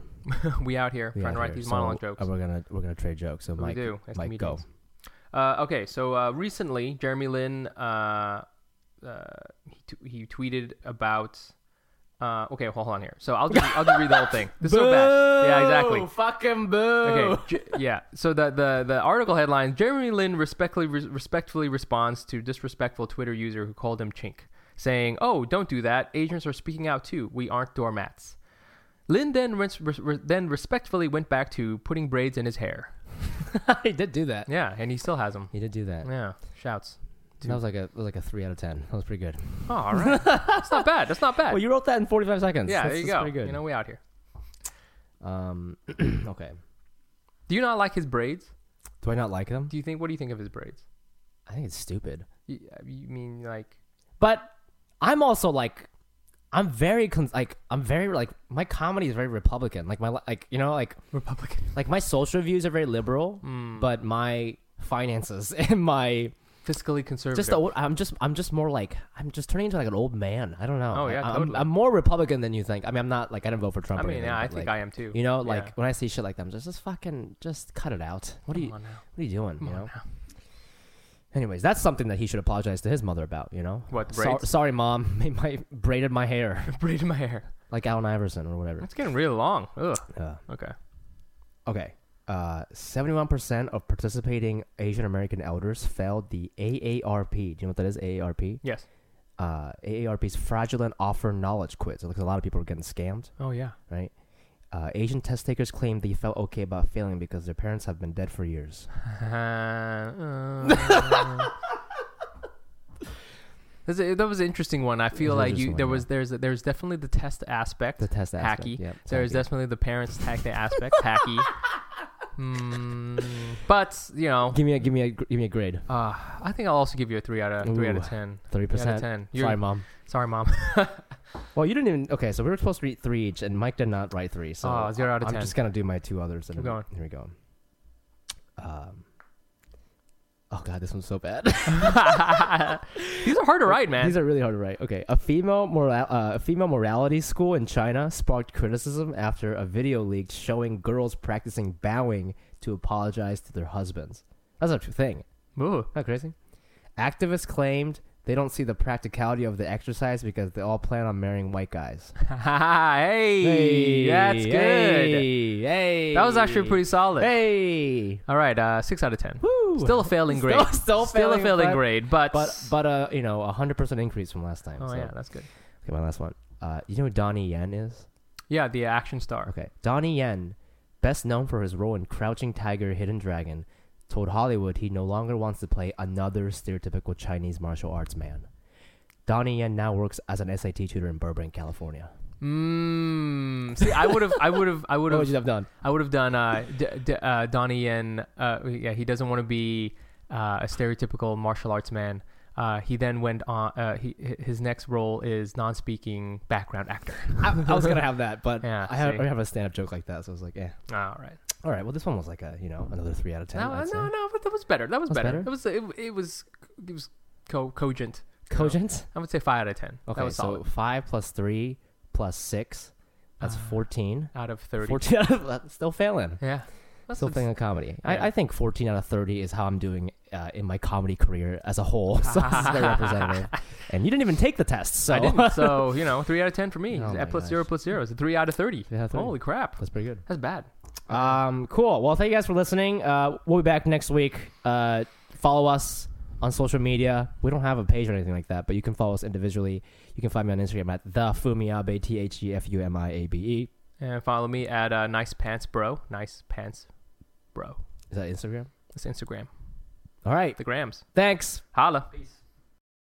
S2: we out here
S1: We
S2: trying
S1: out
S2: to write
S1: here.
S2: these
S1: So,
S2: monologue jokes.
S1: And we're gonna we're gonna trade jokes. So
S2: We
S1: Mike,
S2: do. As
S1: Mike, go.
S2: comedians. Uh, okay, so uh, recently, Jeremy Lin uh, uh, he, t- he tweeted about. Uh, okay, hold on here. So I'll just, I'll just read the whole thing. This is so bad. Yeah, exactly.
S1: Fucking boo.
S2: Okay, J- yeah. So the, the the article headline: Jeremy Lin respectfully respectfully responds to disrespectful Twitter user who called him chink, saying, "Oh, don't do that. Asians are speaking out too. We aren't doormats." Lin then res- res- res- then respectfully went back to putting braids in his hair.
S1: he did do that.
S2: Yeah, and he still has them.
S1: He did do that.
S2: Yeah, shouts.
S1: That was like a that was like a three out of ten. That was pretty good.
S2: Oh, all right. That's not bad. That's not bad.
S1: Well, you wrote that in forty five seconds.
S2: yeah,
S1: That's-
S2: there you
S1: that's
S2: go.
S1: Pretty good.
S2: You know, we out here.
S1: um, okay.
S2: Do you not like his braids?
S1: Do I not like them?
S2: Do you think? What do you think of his braids?
S1: I think it's stupid.
S2: You, you mean like?
S1: but I'm also like, I'm very cons- like, I'm very like, my comedy is very Republican. Like my li- like, you know, like Republican. Like my social views are very liberal,
S2: Hmm.
S1: but my finances and my
S2: Fiscally conservative.
S1: just the old, I'm just I'm just more like I'm just turning into like an old man. I don't know.
S2: Oh, yeah,
S1: I, am
S2: totally.
S1: I'm more Republican than you think. I mean, I'm not like I didn't vote for Trump.
S2: I
S1: or
S2: mean,
S1: anything,
S2: yeah, I
S1: but,
S2: think
S1: like,
S2: I am too.
S1: You know,
S2: Yeah.
S1: like when I see shit like that, I'm just, just fucking just cut it out. What are you
S2: on now.
S1: What are you doing? you know. Anyways, that's something that he should apologize to his mother about. You know.
S2: What, the
S1: So-
S2: braids?
S1: sorry, mom. Made my braided my hair
S2: braid in my hair.
S1: like Alan Iverson or whatever.
S2: It's getting real long. Ugh.
S1: Yeah.
S2: Okay.
S1: Okay. Uh, seventy-one percent of participating Asian American elders failed the AARP. Do you know what that is? AARP.
S2: Yes.
S1: Uh, AARP's fraudulent offer knowledge quiz. So, like, a lot of people are getting scammed,
S2: Oh yeah.
S1: right? Uh, Asian test takers claim they felt okay about failing because their parents have been dead for years.
S2: Uh, uh. That's a- that was an interesting one. I
S1: was
S2: feel
S1: an
S2: like you
S1: interesting
S2: there
S1: one,
S2: was there's there's definitely the test aspect,
S1: The test aspect,
S2: hacky.
S1: yep, it's
S2: there's
S1: hacky.
S2: definitely the parents hack the aspect, hacky. Hmm. but you know,
S1: Give me a give me a gr- give me a grade.
S2: uh, I think I'll also give you a three out of three out of
S1: Ooh,
S2: ten.
S1: Three percent.
S2: 10. You're-
S1: Sorry, mom.
S2: Sorry, mom.
S1: Well, you didn't even. Okay, so we were supposed to read three each, and Mike did not write three. So
S2: Oh, zero out of
S1: I'm
S2: 10.
S1: just gonna do my two others. And
S2: Keep
S1: then-
S2: going.
S1: Here we go. Um. Oh god, this one's so bad.
S2: These are hard to write, man.
S1: These are really hard to write. Okay, a female moral, uh, a female morality school in China sparked criticism after a video leaked showing girls practicing bowing to apologize to their husbands. That's a true thing.
S2: Ooh.
S1: Not crazy. Activists claimed they don't see the practicality of the exercise because they all plan on marrying white guys.
S2: hey, that's good.
S1: Hey, hey.
S2: That was actually pretty solid.
S1: Hey.
S2: All right, uh, six out of ten.
S1: Woo.
S2: Still a failing
S1: Still-
S2: grade.
S1: still
S2: a
S1: failing,
S2: failing
S1: but-
S2: grade, but
S1: But but uh, you know, a hundred percent increase from last time.
S2: oh
S1: so.
S2: yeah, that's good.
S1: Okay, my last one. Uh, you know who Donnie Yen is?
S2: Yeah, the action star.
S1: Okay, Donnie Yen, best known for his role in Crouching Tiger, Hidden Dragon, told Hollywood he no longer wants to play another stereotypical Chinese martial arts man. Donnie Yen now works as an SAT tutor in Burbank, California.
S2: Mm, see, I would have, I would have, I would
S1: What would you
S2: have,
S1: have done?
S2: I would have done uh, D- D- uh, Donnie Yen. Uh, yeah, he doesn't want to be uh, a stereotypical martial arts man. Uh, he then went on. Uh, he, his next role is non-speaking background actor.
S1: I, I was gonna have that, but
S2: Yeah,
S1: I, have,
S2: see.
S1: I have a stand-up joke like that, so I was like, yeah.
S2: All right.
S1: All right. Well, this one was like a you know another three out of ten.
S2: No,
S1: I'd say.
S2: no, no. But that was better. That was,
S1: Was
S2: better.
S1: better?
S2: It was. It, it was. It was co- cogent. you know.
S1: Cogent.
S2: I would say five out of ten.
S1: Okay,
S2: that was
S1: so
S2: solid.
S1: five plus three plus six, that's fourteen.
S2: out of Ah. thirty.
S1: Fourteen. Out of, that's still failing.
S2: Yeah. That's
S1: Still failing
S2: that's-
S1: a comedy.
S2: yeah.
S1: I, I think fourteen out of thirty is how I'm doing uh, in my comedy career as a whole. So this is very representative. And you didn't even take the test, so
S2: I didn't. So you know, three out of ten for me.
S1: Oh
S2: Plus
S1: my
S2: plus zero
S1: gosh.
S2: plus zero is a three out of thirty.
S1: out of 30.
S2: Holy crap!
S1: that's pretty good.
S2: That's bad.
S1: Um, cool. Well, thank you guys for listening. Uh, we'll be back next week. Uh, follow us on social media. We don't have a page or anything like that, but you can follow us individually. You can find me on Instagram at the Fumiabe T H E F U M I A B E.
S2: And follow me at uh, Nice Pants Bro. Nice Pants Bro.
S1: Is that Instagram?
S2: That's Instagram.
S1: All right.
S2: The Grams.
S1: Thanks.
S2: Holla. Peace.